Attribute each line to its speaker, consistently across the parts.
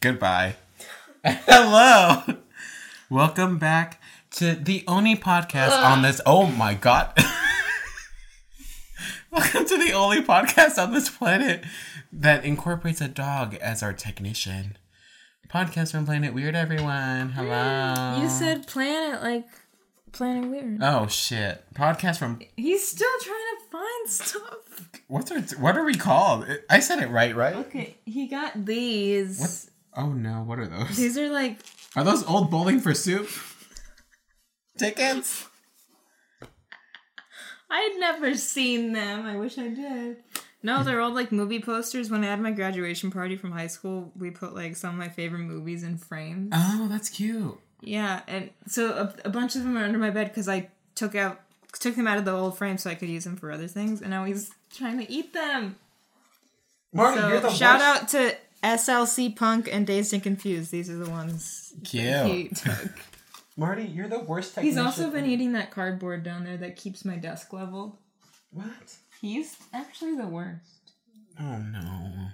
Speaker 1: Goodbye. Hello. Welcome back to the only podcast on this. Oh my god. Welcome to the only podcast on this planet that incorporates a dog as our technician. Podcast from Planet Weird, everyone. Hello.
Speaker 2: Mm, You said planet like planet weird.
Speaker 1: Oh shit! Podcast from
Speaker 2: He's still trying to find stuff.
Speaker 1: what's our, what are we called? I said it right, right?
Speaker 2: Okay, he got these.
Speaker 1: What's- Oh no! What are those?
Speaker 2: These are like
Speaker 1: Are those old bowling for soup tickets?
Speaker 2: I'd never seen them. I wish I did. No, they're old like movie posters. When I had my graduation party from high school, we put like some of my favorite movies in frames.
Speaker 1: Oh, that's cute.
Speaker 2: Yeah, and so a, a bunch of them are under my bed because I took out took them out of the old frame so I could use them for other things. And now he's trying to eat them.
Speaker 1: Marty,
Speaker 2: So shout out to SLC Punk and Dazed and Confused. These are the ones he
Speaker 1: Cute.
Speaker 2: took.
Speaker 1: Marty, you're the worst
Speaker 2: He's also been e- eating that cardboard down there that keeps my desk leveled.
Speaker 1: What?
Speaker 2: He's actually the worst.
Speaker 1: Oh no.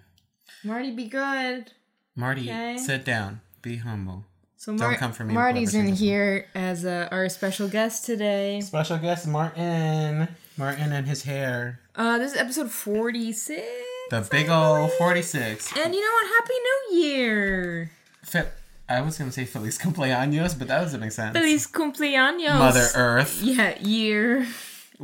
Speaker 2: Marty, be good.
Speaker 1: Marty,
Speaker 2: Okay.
Speaker 1: sit down. Be humble.
Speaker 2: So
Speaker 1: Don't come for me,
Speaker 2: Marty's
Speaker 1: whoever
Speaker 2: in
Speaker 1: sings it.
Speaker 2: here as uh, our special guest today.
Speaker 1: Special guest Martin. Martin and his hair.
Speaker 2: Uh, this is episode forty-six.
Speaker 1: The big ol' 46.
Speaker 2: And you know what? Happy New Year!
Speaker 1: Fe- I was gonna say Feliz cumpleaños, but that doesn't make sense.
Speaker 2: Feliz cumpleaños,
Speaker 1: Mother Earth.
Speaker 2: Yeah, year. Uh-huh.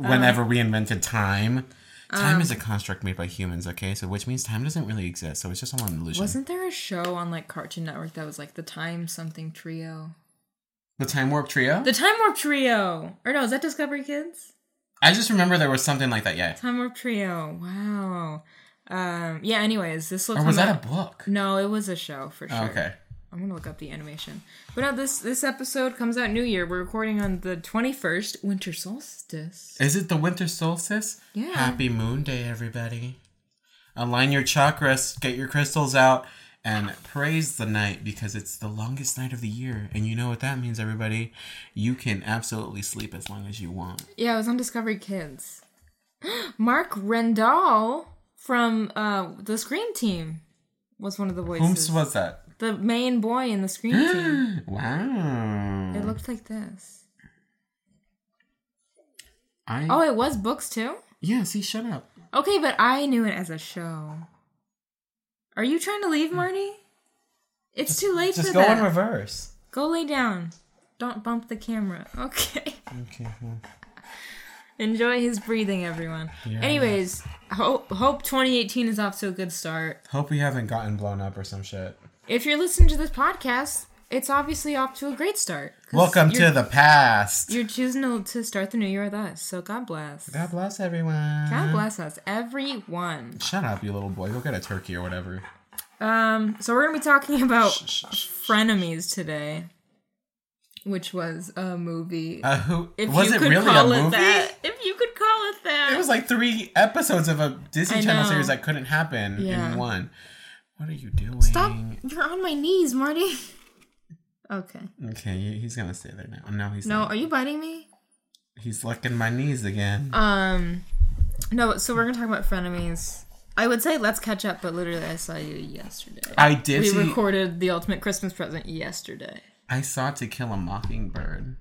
Speaker 1: Whenever we invented time. Time is a
Speaker 2: Um.
Speaker 1: construct made by humans, okay? So which means time doesn't really exist. So it's just all an illusion.
Speaker 2: Wasn't there a show on like Cartoon Network that was like the Time Something Trio?
Speaker 1: the time warp trio?
Speaker 2: The Time Warp Trio, or no? Is that Discovery Kids?
Speaker 1: I just remember there was something like that, yeah.
Speaker 2: Time Warp Trio. Wow. Um, yeah, anyways, this will
Speaker 1: Or
Speaker 2: come
Speaker 1: was that
Speaker 2: out-
Speaker 1: a book?
Speaker 2: No, it was a show for sure.
Speaker 1: Oh, okay.
Speaker 2: I'm gonna look up the animation. But no, this this episode comes out New Year. We're recording on the 21st, winter solstice.
Speaker 1: Is it the winter solstice?
Speaker 2: Yeah.
Speaker 1: Happy moon day, everybody. Align your chakras, get your crystals out, and praise the night because it's the longest night of the year. And you know what that means, everybody. You can absolutely sleep as long as you want.
Speaker 2: Yeah, it was on Discovery Kids. Mark Rendall from uh, the Scream Team was one of the voices.
Speaker 1: Whom's was that?
Speaker 2: the main boy in the Scream Team.
Speaker 1: Wow.
Speaker 2: It looked like this.
Speaker 1: I,
Speaker 2: Oh, it was books too.
Speaker 1: yeah, see, shut up.
Speaker 2: Okay, but I knew it as a show. Are you trying to leave, Marty? It's too late
Speaker 1: Hmm. Just
Speaker 2: for
Speaker 1: go
Speaker 2: that.
Speaker 1: in reverse.
Speaker 2: go lay down. Don't bump the camera. Okay.
Speaker 1: Okay. well,
Speaker 2: Enjoy his breathing, everyone. Anyways, hope hope 2018 is off to a good start.
Speaker 1: Hope we haven't gotten blown up or some shit.
Speaker 2: If you're listening to this podcast, it's obviously off to a great start. 'cause
Speaker 1: Welcome
Speaker 2: you're-
Speaker 1: to the past.
Speaker 2: You're choosing to, to start the new year with us, so God bless.
Speaker 1: God bless everyone.
Speaker 2: God bless us, everyone.
Speaker 1: Shut up, you little boy. Go get a turkey or whatever.
Speaker 2: Um, so we're gonna be talking about
Speaker 1: shh,
Speaker 2: Frenemies today, which was a movie.
Speaker 1: Uh, who was it really a movie?
Speaker 2: it that, if you could call it that,
Speaker 1: It was like three episodes of a Disney
Speaker 2: I
Speaker 1: Channel
Speaker 2: know.
Speaker 1: series that couldn't happen
Speaker 2: Yeah.
Speaker 1: in one. What are you doing?
Speaker 2: stop. You're on my knees, Marty. Okay.
Speaker 1: Okay, he- he's gonna stay there now. No, he's
Speaker 2: No,
Speaker 1: not.
Speaker 2: are you biting me?
Speaker 1: He's licking my knees again.
Speaker 2: Um, no. So we're gonna talk about frenemies. I would say let's catch up, but literally I saw you yesterday.
Speaker 1: I did.
Speaker 2: we
Speaker 1: see,
Speaker 2: recorded the ultimate Christmas present yesterday.
Speaker 1: I saw To Kill a Mockingbird.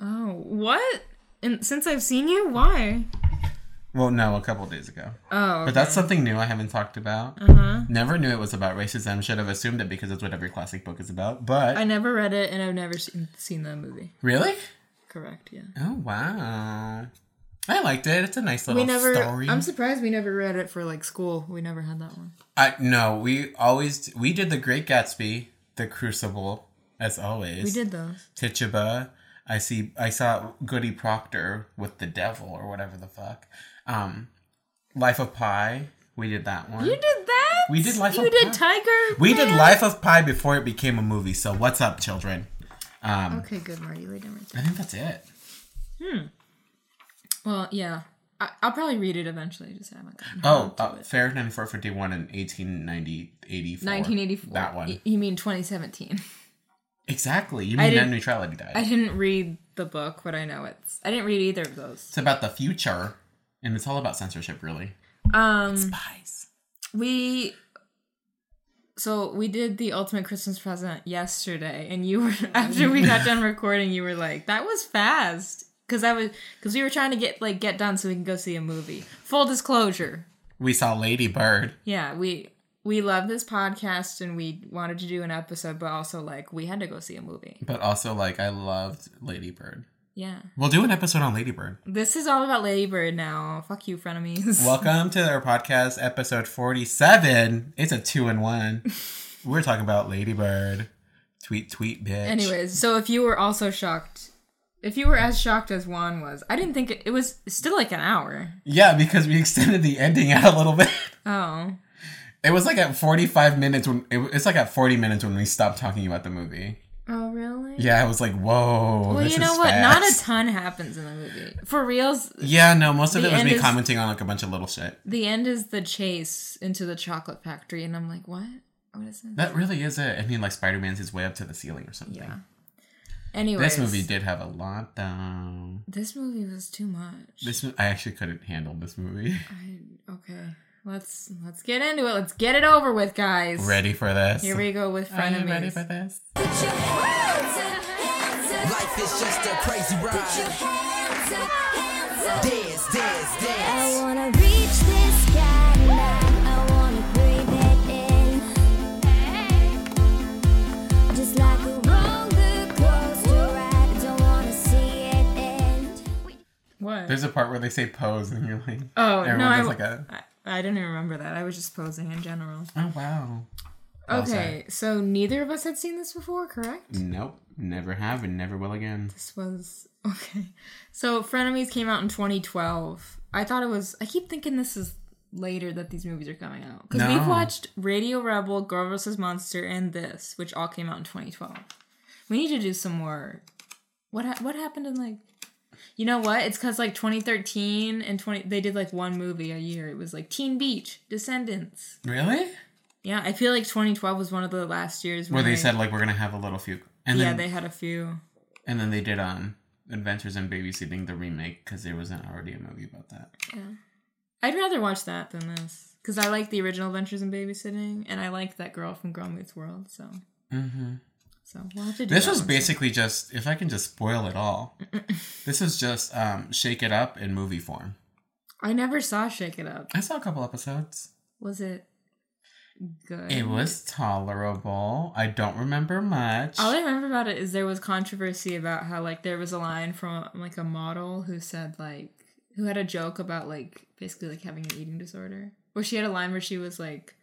Speaker 2: Oh, what? And since I've seen you, why?
Speaker 1: Well, no, a couple days ago.
Speaker 2: Oh,
Speaker 1: But that's something new I haven't talked about.
Speaker 2: uh huh.
Speaker 1: Never knew it was about racism. Should have assumed it because that's what every classic book is about. But
Speaker 2: I never read it, and I've never seen, seen the movie.
Speaker 1: really,
Speaker 2: Correct, yeah.
Speaker 1: oh wow, I liked it. It's a nice little
Speaker 2: We never.
Speaker 1: story.
Speaker 2: I'm surprised we never read it for like school. We never had that one.
Speaker 1: I no, we always we did the Great Gatsby, the Crucible, as always.
Speaker 2: We did those.
Speaker 1: Tituba. I see. I saw Goody Proctor with the devil or whatever the fuck. Um, Life of Pi. We did that one.
Speaker 2: You did that.
Speaker 1: We did Life
Speaker 2: You
Speaker 1: of
Speaker 2: did
Speaker 1: Pi.
Speaker 2: Tiger.
Speaker 1: we did
Speaker 2: Man?
Speaker 1: Life of Pi before it became a movie. So what's up, children? Um,
Speaker 2: Okay, good, Marty. Lay down right there.
Speaker 1: I think that's it.
Speaker 2: Well, yeah. I, I'll probably read it eventually. Just haven't. gotten
Speaker 1: Oh,
Speaker 2: around to
Speaker 1: uh,
Speaker 2: it.
Speaker 1: Fair 9451 and 1890 84.
Speaker 2: 1984.
Speaker 1: That one.
Speaker 2: Y- you mean 2017?
Speaker 1: Exactly. You
Speaker 2: I
Speaker 1: mean net
Speaker 2: didn't-
Speaker 1: neutrality died.
Speaker 2: I didn't read the book, but I know it's. I didn't read either of those.
Speaker 1: it's about the future, and it's all about censorship, really.
Speaker 2: Um,
Speaker 1: Spies.
Speaker 2: we. So we did the ultimate Christmas present yesterday, and you were after we got done recording, you were like, "That was fast," because I was because we were trying to get like get done so we can go see a movie. Full disclosure,
Speaker 1: We saw Lady Bird.
Speaker 2: yeah, we we love this podcast and we wanted to do an episode, but also like we had to go see a movie.
Speaker 1: But also, like, I loved Lady Bird.
Speaker 2: Yeah,
Speaker 1: We'll do an episode on Lady Bird.
Speaker 2: this is all about Lady Bird now. Fuck you, frenemies.
Speaker 1: Welcome to our podcast, episode 47. It's a two in one. We're talking about Lady Bird. Tweet, tweet, bitch.
Speaker 2: Anyways, so if you were also shocked, if you were as shocked as Juan was, I didn't think it, it was still like an hour.
Speaker 1: Yeah, because we extended the ending out a little bit.
Speaker 2: Oh,
Speaker 1: It was like at 45 minutes when it, it's like at 40 minutes when we stopped talking about the movie.
Speaker 2: oh really?
Speaker 1: Yeah, I was like, whoa.
Speaker 2: Well,
Speaker 1: this
Speaker 2: you know
Speaker 1: is
Speaker 2: what? Not a
Speaker 1: fast.
Speaker 2: ton happens in the movie. For reals,
Speaker 1: Yeah, no, most of
Speaker 2: The
Speaker 1: it was
Speaker 2: end
Speaker 1: me
Speaker 2: is-
Speaker 1: commenting on like a bunch of little shit.
Speaker 2: the end is the chase into the chocolate factory, and I'm like, what? What is this?
Speaker 1: That really is it. I mean, like Spider Man's his way up to the ceiling or something.
Speaker 2: yeah. Anyways,
Speaker 1: This movie did have a lot, though.
Speaker 2: This movie was too much.
Speaker 1: This I actually couldn't handle this movie.
Speaker 2: I, okay, let's let's get into it. Let's get it over with, guys.
Speaker 1: Ready for this?
Speaker 2: Here we go with
Speaker 1: Are you ready
Speaker 2: frenemies.
Speaker 1: for this?
Speaker 3: Life is just a crazy ride. Dance, dance,
Speaker 4: I
Speaker 3: dance.
Speaker 4: wanna reach this sky I wanna breathe it in. Just like a roller coaster ride, don't wanna see it end.
Speaker 2: What?
Speaker 1: There's a part where they say pose and you're like,
Speaker 2: Oh
Speaker 1: everyone
Speaker 2: no, I,
Speaker 1: does like a,
Speaker 2: I, I didn't even remember that. I was just posing in general.
Speaker 1: oh wow. Oh,
Speaker 2: Okay, so neither of us had seen this before, correct?
Speaker 1: Nope, never have and never will again.
Speaker 2: This was okay. So Frenemies came out in 2012. I thought it was. I keep thinking this is later that these movies are coming out because
Speaker 1: No.
Speaker 2: we've watched Radio Rebel, Girl vs. Monster, and this, which all came out in 2012. We need to do some more. What ha- what happened in like? You know what? It's because like 2013 and 20 they did like one movie a year. It was like Teen Beach, Descendants.
Speaker 1: Really?
Speaker 2: Yeah, I feel like 2012 was one of the last years
Speaker 1: Where they said like we're gonna have a little few, and
Speaker 2: yeah,
Speaker 1: then
Speaker 2: they had a few.
Speaker 1: and then they did um Adventures in Babysitting the remake because there wasn't already a movie about that.
Speaker 2: I'd rather watch that than this because I like the original Adventures in Babysitting, and I like that girl from Girl Meets World. So,
Speaker 1: Mm-hmm.
Speaker 2: so we'll have to do
Speaker 1: This
Speaker 2: that
Speaker 1: was
Speaker 2: one.
Speaker 1: basically just if I can just spoil it all. this is just um shake it up in movie form.
Speaker 2: I never saw Shake It Up.
Speaker 1: I saw a couple episodes.
Speaker 2: Was it good?
Speaker 1: It was tolerable. I don't remember much.
Speaker 2: All I remember about Oh, it is there was controversy about how like there was a line from like a model who said like who had a joke about like basically like having an eating disorder. Where she had a line where she was like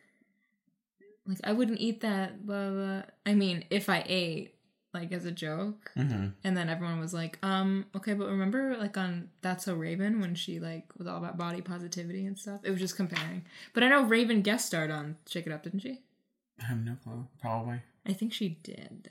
Speaker 2: like I wouldn't eat that blah blah. I mean, if I ate like as a joke.
Speaker 1: hmm
Speaker 2: And then everyone was like, um, okay, but remember like on That's So Raven when she like was all about body positivity and stuff? It was just comparing. But I know Raven guest starred on Shake It Up, didn't she?
Speaker 1: I have no clue. Probably.
Speaker 2: I think she did.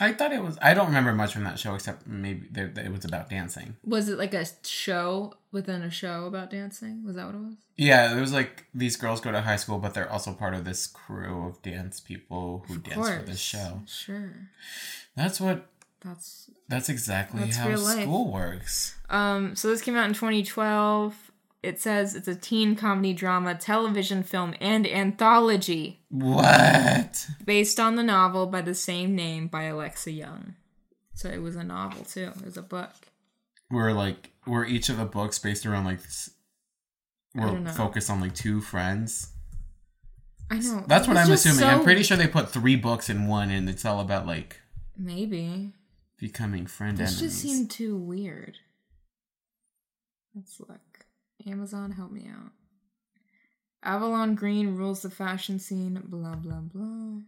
Speaker 1: I thought it was. I don't remember much from that show except maybe that that it was about dancing.
Speaker 2: Was it like a show within a show about dancing? Was that what it was?
Speaker 1: Yeah, it was like these girls go to high school, but they're also part of this crew of dance people who dance for this show.
Speaker 2: Sure.
Speaker 1: That's what.
Speaker 2: That's
Speaker 1: That's exactly
Speaker 2: That's
Speaker 1: how
Speaker 2: real life.
Speaker 1: school works.
Speaker 2: um so this came out in 2012. It says it's a teen comedy drama, television film, and anthology
Speaker 1: What?
Speaker 2: based on the novel by the same name by Alexa Young. So it was a novel too. It was a book.
Speaker 1: We're like we're each of the books based around like. s-
Speaker 2: don't
Speaker 1: We're
Speaker 2: know.
Speaker 1: focused on like two friends.
Speaker 2: I know.
Speaker 1: That's what
Speaker 2: It's
Speaker 1: I'm
Speaker 2: just
Speaker 1: assuming. I'm
Speaker 2: so-
Speaker 1: pretty sure they put three books in one, and it's all about like
Speaker 2: Maybe.
Speaker 1: becoming friend
Speaker 2: This
Speaker 1: enemies.
Speaker 2: just seemed too weird. Let's look. Amazon, help me out. Avalon Green rules the fashion scene, blah, blah, blah.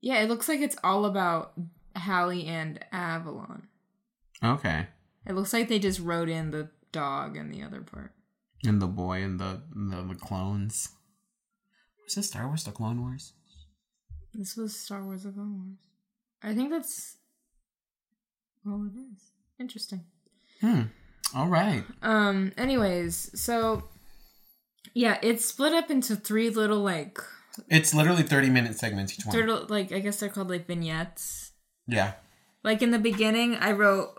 Speaker 2: Yeah, it looks like it's all about Hallie and Avalon.
Speaker 1: okay.
Speaker 2: It looks like they just wrote in the dog and the other part.
Speaker 1: And the boy and the the, the clones. Was this Star Wars? The Clone Wars?
Speaker 2: This was Star Wars of Clone Wars. I think that's. all it is. Interesting.
Speaker 1: Hmm. All right.
Speaker 2: Um. Anyways, so yeah, it's split up into three little like
Speaker 1: It's literally 30 minute segments each one.
Speaker 2: three little like I guess they're called like vignettes.
Speaker 1: Yeah.
Speaker 2: Like in the beginning, I wrote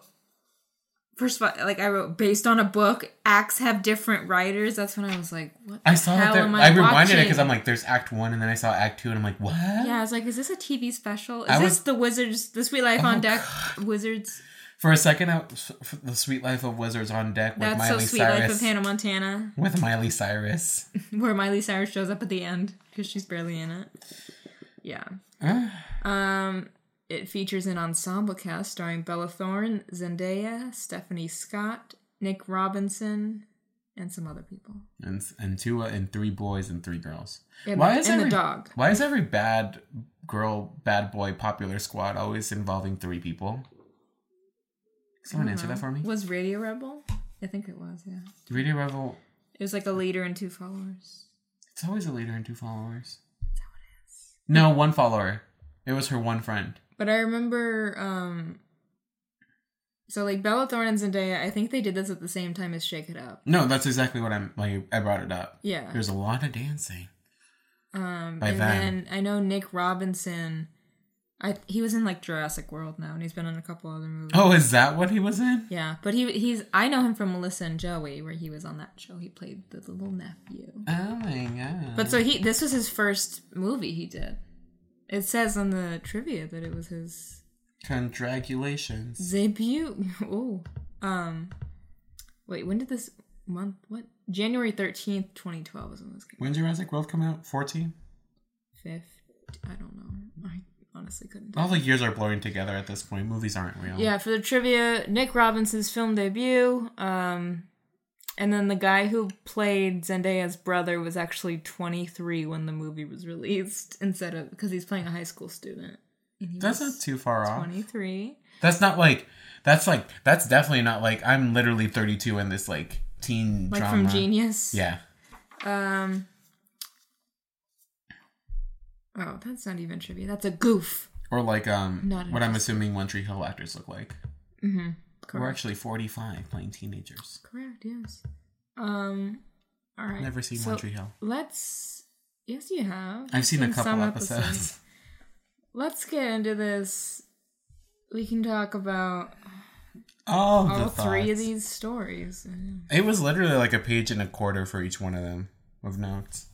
Speaker 2: first of all, like I wrote based on a book. Acts have different writers. That's when I was like, what?
Speaker 1: I
Speaker 2: the
Speaker 1: saw that.
Speaker 2: hell
Speaker 1: There,
Speaker 2: am
Speaker 1: I, rewinded it because
Speaker 2: watching?
Speaker 1: I'm like, there's Act One, and then I saw Act Two, and I'm like, what?
Speaker 2: Yeah, I was like, is this a TV special? Is
Speaker 1: I
Speaker 2: this
Speaker 1: was- Oh
Speaker 2: the Wizards, the Sweet Life on Deck Wizards?
Speaker 1: For a second, I, f- the Sweet Life of Wizards on deck with
Speaker 2: That's
Speaker 1: Miley
Speaker 2: so Sweet Life
Speaker 1: Cyrus.
Speaker 2: of Hannah Montana,
Speaker 1: with Miley Cyrus.
Speaker 2: where Miley Cyrus shows up at the end because she's barely in it. Yeah. um, it features an ensemble cast starring Bella Thorne, Zendaya, Stephanie Scott, Nick Robinson, and some other people.
Speaker 1: and and two uh, and three boys and three girls.
Speaker 2: And- and the dog.
Speaker 1: Why is every bad girl, bad boy, popular squad always involving three people? Someone answer
Speaker 2: Mm-hmm.
Speaker 1: that for me.
Speaker 2: Was Radio Rebel? I think it was. Yeah.
Speaker 1: Radio Rebel.
Speaker 2: It was like a leader and two followers.
Speaker 1: It's always a leader and two followers. No, one follower. It was her one friend.
Speaker 2: But I remember, um, so like Bella Thorne and Zendaya, I think they did this at the same time as Shake It Up.
Speaker 1: No, that's exactly what I'm like. I brought it up.
Speaker 2: Yeah.
Speaker 1: There's a lot of dancing.
Speaker 2: Um,
Speaker 1: By Van.
Speaker 2: and then I know Nick Robinson. I he was in like Jurassic World now, and he's been in a couple other movies.
Speaker 1: Oh, is that what he was in?
Speaker 2: Yeah, but he he's I know him from Melissa and Joey, where he was on that show. He played the little nephew.
Speaker 1: Oh my god.
Speaker 2: But so he this was his first movie he did. It says on the trivia that it was his
Speaker 1: Congratulations.
Speaker 2: debut. Oh, um, wait, when did this month? What January thirteenth, twenty twelve was when this came.
Speaker 1: When Jurassic World come out? Fourteen.
Speaker 2: Fifth, I don't know. I honestly couldn't.
Speaker 1: All the years are blurring together at this point. Movies aren't real.
Speaker 2: Yeah, for the trivia, Nick Robinson's film debut. Um, and then the guy who played Zendaya's brother was actually twenty three when the movie was released, instead of because he's playing a high school student. And he
Speaker 1: That's
Speaker 2: was
Speaker 1: not too far off.
Speaker 2: twenty three.
Speaker 1: That's not like that's like that's definitely not like I'm literally 32 in this like teen
Speaker 2: Like
Speaker 1: drama.
Speaker 2: from Genius.
Speaker 1: Yeah.
Speaker 2: Um. Oh, that's not even trivia. That's a goof.
Speaker 1: Or like um
Speaker 2: Not
Speaker 1: what I'm
Speaker 2: interested.
Speaker 1: assuming One Tree Hill actors look like. We're
Speaker 2: Correct.
Speaker 1: actually 45 playing teenagers.
Speaker 2: Correct. Yes. Um. All right.
Speaker 1: Never seen
Speaker 2: so
Speaker 1: One Tree Hill.
Speaker 2: Let's. Yes, you have.
Speaker 1: I've
Speaker 2: You've
Speaker 1: seen a couple
Speaker 2: some
Speaker 1: episodes.
Speaker 2: Let's get into this. We can talk about
Speaker 1: All,
Speaker 2: all
Speaker 1: the
Speaker 2: three of
Speaker 1: thoughts.
Speaker 2: these stories.
Speaker 1: It was literally like a page and a quarter for each one of them of notes.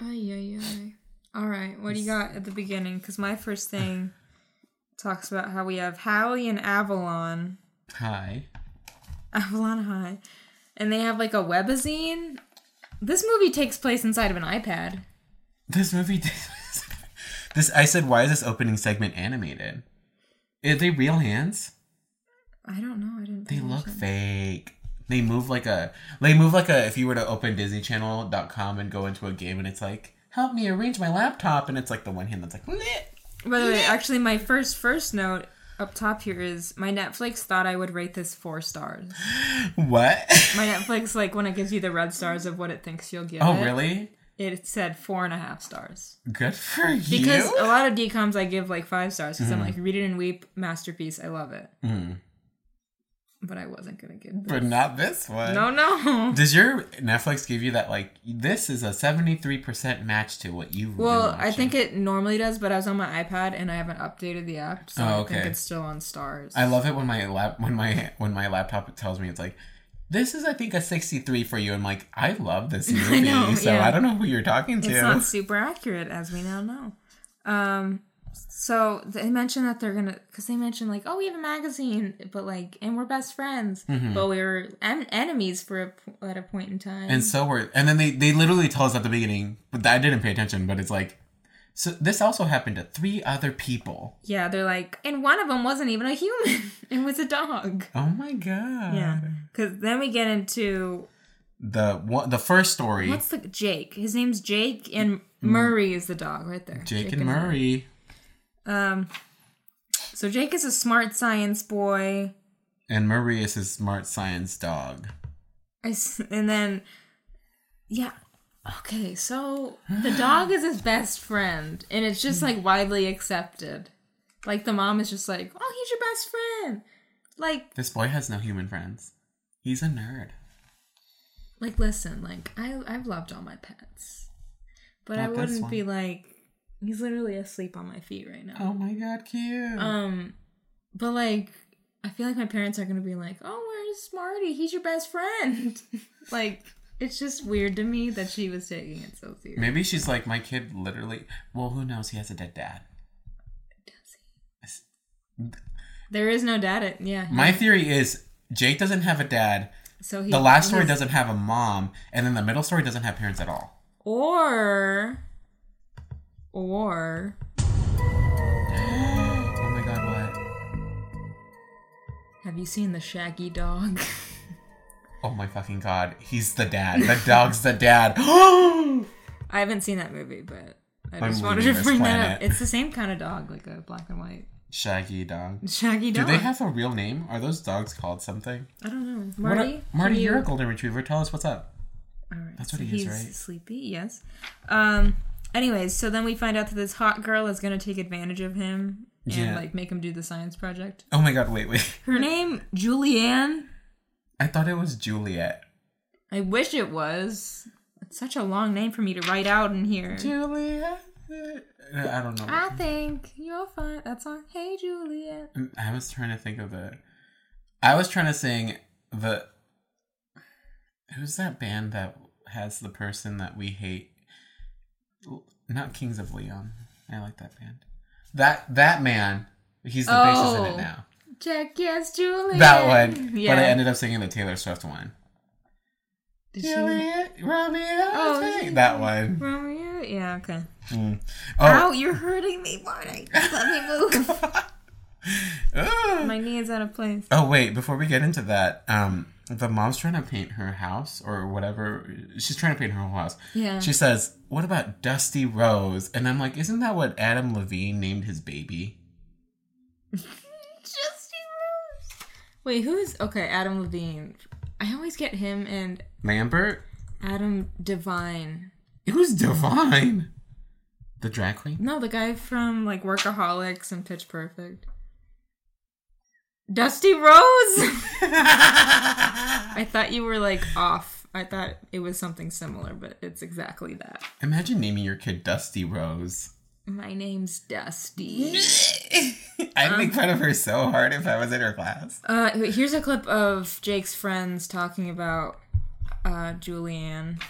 Speaker 2: Ay, ay, ay. All right, what do you got at the beginning? Because my first thing talks about how we have Hallie and Avalon,
Speaker 1: Hi.
Speaker 2: Avalon High, and they have like a webazine. This movie takes place inside of an iPad.
Speaker 1: This movie did This I said why is this opening segment animated? Are they real hands?
Speaker 2: I don't know. I didn't.
Speaker 1: They
Speaker 2: pay
Speaker 1: look
Speaker 2: attention.
Speaker 1: fake. They move like a they move like a if you were to open DisneyChannel.com and go into a game and it's like, help me arrange my laptop and it's like the one hand that's like "Bleh."
Speaker 2: By the way, actually, my first first note up top here is my Netflix thought I would rate this four stars.
Speaker 1: What?
Speaker 2: My Netflix, like when it gives you the red stars of what it thinks you'll give.
Speaker 1: oh
Speaker 2: it,
Speaker 1: really?
Speaker 2: It said four and a half stars
Speaker 1: Good for you. Hmm.
Speaker 2: because a lot of DComs I give like five stars because I'm like read it and weep, masterpiece, I love it. But I wasn't gonna give.
Speaker 1: but not this one.
Speaker 2: No, no.
Speaker 1: Does your Netflix give you that like this is a seventy three percent match to what you've
Speaker 2: Well,
Speaker 1: been
Speaker 2: I think
Speaker 1: watching?
Speaker 2: it normally does, but I was on my iPad and I haven't updated the app, so
Speaker 1: Oh,
Speaker 2: I think
Speaker 1: okay.
Speaker 2: it's still on stars.
Speaker 1: I love it when my lap when my when my laptop tells me it's like this is I think a sixty three for you. I'm like, I love this movie.
Speaker 2: know,
Speaker 1: so
Speaker 2: yeah.
Speaker 1: I don't know who you're talking to.
Speaker 2: It's not super accurate, as we now know. Um, so they mentioned that they're gonna, because they mentioned like, oh, we have a magazine, but like, and we're best friends,
Speaker 1: Mm-hmm.
Speaker 2: but we were en- enemies for a p at a point in time.
Speaker 1: And so we're, and then they, they literally tell us at the beginning, but I didn't pay attention, but it's like, so this also happened to three other people.
Speaker 2: yeah, they're like, and one of them wasn't even a human; it was a dog.
Speaker 1: Oh my God.
Speaker 2: Yeah, because then we get into
Speaker 1: The one, the first story,
Speaker 2: what's the Jake? His name's Jake, and Murray is the dog right there.
Speaker 1: Mm. Jake, and Murray.
Speaker 2: Um, so Jake is a smart science boy.
Speaker 1: And Murray is his smart science dog.
Speaker 2: I s and then, yeah. Okay, so the dog is his best friend, and it's just like widely accepted. Like the mom is just like, oh, he's your best friend. Like,
Speaker 1: This boy has no human friends. He's a nerd.
Speaker 2: like listen, like I I've loved all my pets, but I
Speaker 1: Not this
Speaker 2: wouldn't be
Speaker 1: one.
Speaker 2: like he's literally asleep on my feet right now.
Speaker 1: Oh my god, cute.
Speaker 2: Um, but like I feel like my parents are gonna be like, oh, where's Smarty? He's your best friend. like it's just weird to me that she was taking it so serious.
Speaker 1: Maybe she's like, my kid literally. Well, who knows? He has a dead dad.
Speaker 2: There is no dad. It yeah.
Speaker 1: My theory is Jake doesn't have a dad.
Speaker 2: so he
Speaker 1: The last story
Speaker 2: his-
Speaker 1: doesn't have a mom, and then the middle story doesn't have parents at all.
Speaker 2: or or
Speaker 1: Oh my god, what?
Speaker 2: have you seen the Shaggy dog?
Speaker 1: Oh my fucking god, he's the dad. The dog's the dad. oh
Speaker 2: I haven't seen that movie, but I
Speaker 1: I'm
Speaker 2: just wanted to
Speaker 1: leaving this
Speaker 2: bring that up.
Speaker 1: planet.
Speaker 2: It's the same kind of dog, like a black and white
Speaker 1: Shaggy dog.
Speaker 2: shaggy
Speaker 1: Do
Speaker 2: dog.
Speaker 1: they have a real name? Are those dogs called something?
Speaker 2: I don't know.
Speaker 1: What are-
Speaker 2: Marty?
Speaker 1: Marty,
Speaker 2: Can
Speaker 1: you're a golden retriever. Tell us what's up.
Speaker 2: All right.
Speaker 1: That's
Speaker 2: so
Speaker 1: what he is,
Speaker 2: he's
Speaker 1: right?
Speaker 2: Sleepy, yes. Um. Anyways, so then we find out that this hot girl is going to take advantage of him and
Speaker 1: Yeah.
Speaker 2: like make him do the science project.
Speaker 1: Oh my god, wait, wait.
Speaker 2: Her name Julianne.
Speaker 1: I thought it was Juliet.
Speaker 2: I wish it was. It's such a long name for me to write out in here.
Speaker 1: Juliet? I don't know.
Speaker 2: I think you're fine. That song, Hey Juliet.
Speaker 1: I was trying to think of it. I was trying to sing the. Who's that band that has the person that we hate? Not Kings of Leon. I like that band. That that man. He's the bassist in
Speaker 2: Oh.
Speaker 1: it now.
Speaker 2: Check yes, Juliet.
Speaker 1: That one.
Speaker 2: Yeah.
Speaker 1: But I ended up singing the Taylor Swift one.
Speaker 2: Did she-
Speaker 1: Juliet, Romeo.
Speaker 2: Oh,
Speaker 1: take-
Speaker 2: yeah.
Speaker 1: that one.
Speaker 2: Romeo? Yeah, okay.
Speaker 1: Mm.
Speaker 2: Ow,
Speaker 1: Oh.
Speaker 2: you're hurting me, Marty. Let me move.
Speaker 1: Ugh.
Speaker 2: My knee is out of place.
Speaker 1: Oh wait, before we get into that, um, the mom's trying to paint her house or whatever. She's trying to paint her whole house.
Speaker 2: Yeah.
Speaker 1: She says, "What about Dusty Rose?" And I'm like, "Isn't that what Adam Levine named his baby?"
Speaker 2: Justin Rose. Wait, who is okay? Adam Levine. I always get him and
Speaker 1: Lambert.
Speaker 2: Adam Devine.
Speaker 1: Who's Divine? The drag queen.
Speaker 2: No, the guy from like Workaholics and Pitch Perfect. Dusty Rose. I thought you were like off. I thought it was something similar, but it's exactly that.
Speaker 1: Imagine naming your kid Dusty Rose.
Speaker 2: My name's Dusty.
Speaker 1: I'd make fun of her so hard if I was in her class.
Speaker 2: Uh, here's a clip of Jake's friends talking about uh, Julianne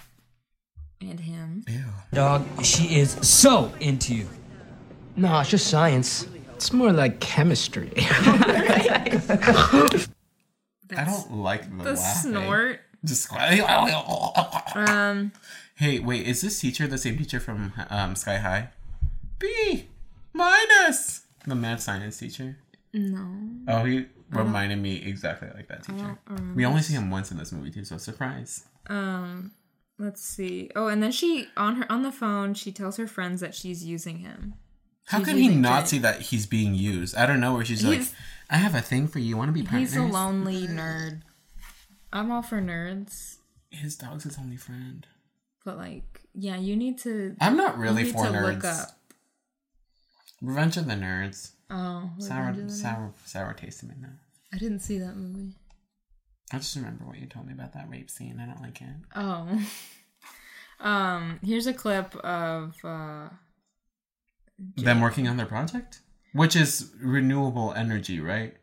Speaker 2: and him.
Speaker 1: Ew.
Speaker 5: Dog, she is so into you.
Speaker 6: Nah, it's just science. It's more like chemistry.
Speaker 1: I don't like the,
Speaker 2: the
Speaker 1: laughing.
Speaker 2: snort.
Speaker 1: Just
Speaker 2: Um,
Speaker 1: Hey, wait, is this teacher the same teacher from um, Sky High? B minus the math science teacher.
Speaker 2: no.
Speaker 1: Oh, he
Speaker 2: Uh-huh.
Speaker 1: reminded me exactly like that teacher. We only see him once in this movie too, so surprise.
Speaker 2: Um, let's see. Oh, and then she on her on the phone. She tells her friends that she's using him.
Speaker 1: How
Speaker 2: She's
Speaker 1: could he
Speaker 2: using
Speaker 1: not
Speaker 2: Jay.
Speaker 1: see that he's being used? I don't know where she's like,
Speaker 2: He's-
Speaker 1: I have a thing for you. Want to be partners?
Speaker 2: He's a lonely nerd. I'm all for nerds,
Speaker 1: His dog's his only friend.
Speaker 2: but like, yeah, you need to.
Speaker 1: I'm not really
Speaker 2: you need
Speaker 1: for
Speaker 2: to
Speaker 1: nerds.
Speaker 2: look up.
Speaker 1: Revenge of the Nerds.
Speaker 2: Oh,
Speaker 1: Sour,
Speaker 2: Revenge of the Nerds.
Speaker 1: sour, sour taste in my mouth.
Speaker 2: I didn't see that movie.
Speaker 1: I just remember what you told me about that rape scene. I don't like it.
Speaker 2: Oh. Um, here's a clip of uh
Speaker 1: Them working on their project, which is renewable energy, right?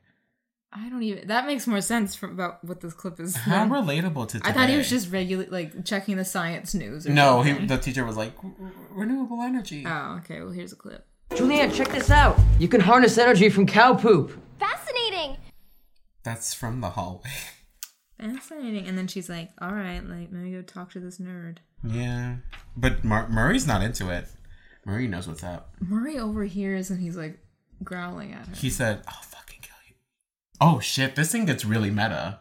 Speaker 2: I don't even that makes more sense from about what this clip is.
Speaker 1: How relatable to today.
Speaker 2: I thought he was just regular like checking the science news or
Speaker 1: No, he,
Speaker 2: something.
Speaker 1: the teacher was like, "Re- renewable energy.
Speaker 2: Oh, okay, well here's a clip.
Speaker 6: Julianne, check this out. You can harness energy from cow poop.
Speaker 4: Fascinating!
Speaker 1: That's from the hallway.
Speaker 2: Fascinating. And then she's like, All right, like let me go talk to this nerd.
Speaker 1: yeah. But Mar- Murray's not into it. Murray knows what's up.
Speaker 2: Murray overhears and he's like growling at her.
Speaker 1: He said, I'll fucking kill you. Oh shit, this thing gets really meta.